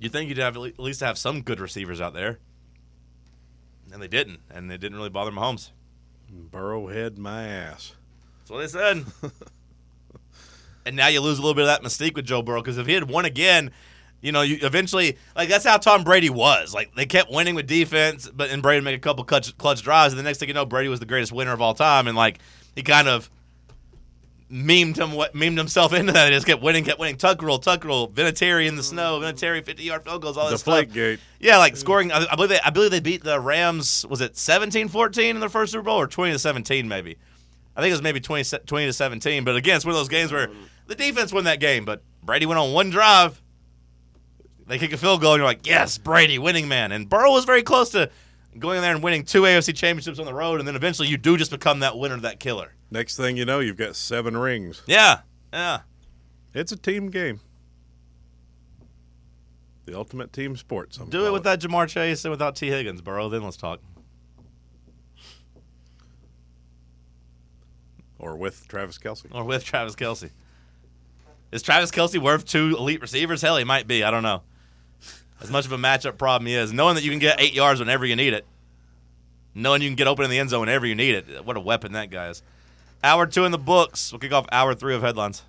Speaker 4: you think you'd have at le- at least have some good receivers out there, and they didn't, and it didn't really bother Mahomes.
Speaker 2: Burrowhead, my ass.
Speaker 4: That's what they said. and now you lose a little bit of that mystique with Joe Burrow because if he had won again. You know, you eventually like that's how Tom Brady was. Like they kept winning with defense, but and Brady would make a couple clutch, clutch drives, and the next thing you know, Brady was the greatest winner of all time, and like he kind of memed him what memed himself into that. He just kept winning, kept winning. Tuck roll, tuck roll, Vinatieri in the snow, Vinatieri fifty yard field goals, all
Speaker 2: The
Speaker 4: this
Speaker 2: flag
Speaker 4: stuff.
Speaker 2: gate.
Speaker 4: Mm. Yeah, like scoring. I, I believe they. I believe they beat the Rams. Was it 17-14 in their first Super Bowl or twenty to seventeen? Maybe. I think it was maybe 20, se- 20 to seventeen. But again, it's one of those games where the defense won that game, but Brady went on one drive. They kick a field goal, and you're like, yes, Brady, winning man. And Burrow was very close to going in there and winning two AFC championships on the road, and then eventually you do just become that winner, that killer.
Speaker 2: Next thing you know, you've got seven rings.
Speaker 4: Yeah, yeah.
Speaker 2: It's a team game. The ultimate team sport. Some
Speaker 4: Do
Speaker 2: call
Speaker 4: it with that Jamar Chase and without T. Higgins, Burrow. Then let's talk.
Speaker 2: or with Travis Kelsey.
Speaker 4: Or with Travis Kelsey. Is Travis Kelsey worth two elite receivers? Hell, he might be. I don't know. As much of a matchup problem he is, knowing that you can get eight yards whenever you need it, knowing you can get open in the end zone whenever you need it. What a weapon that guy is. Hour two in the books. We'll kick off hour three of headlines.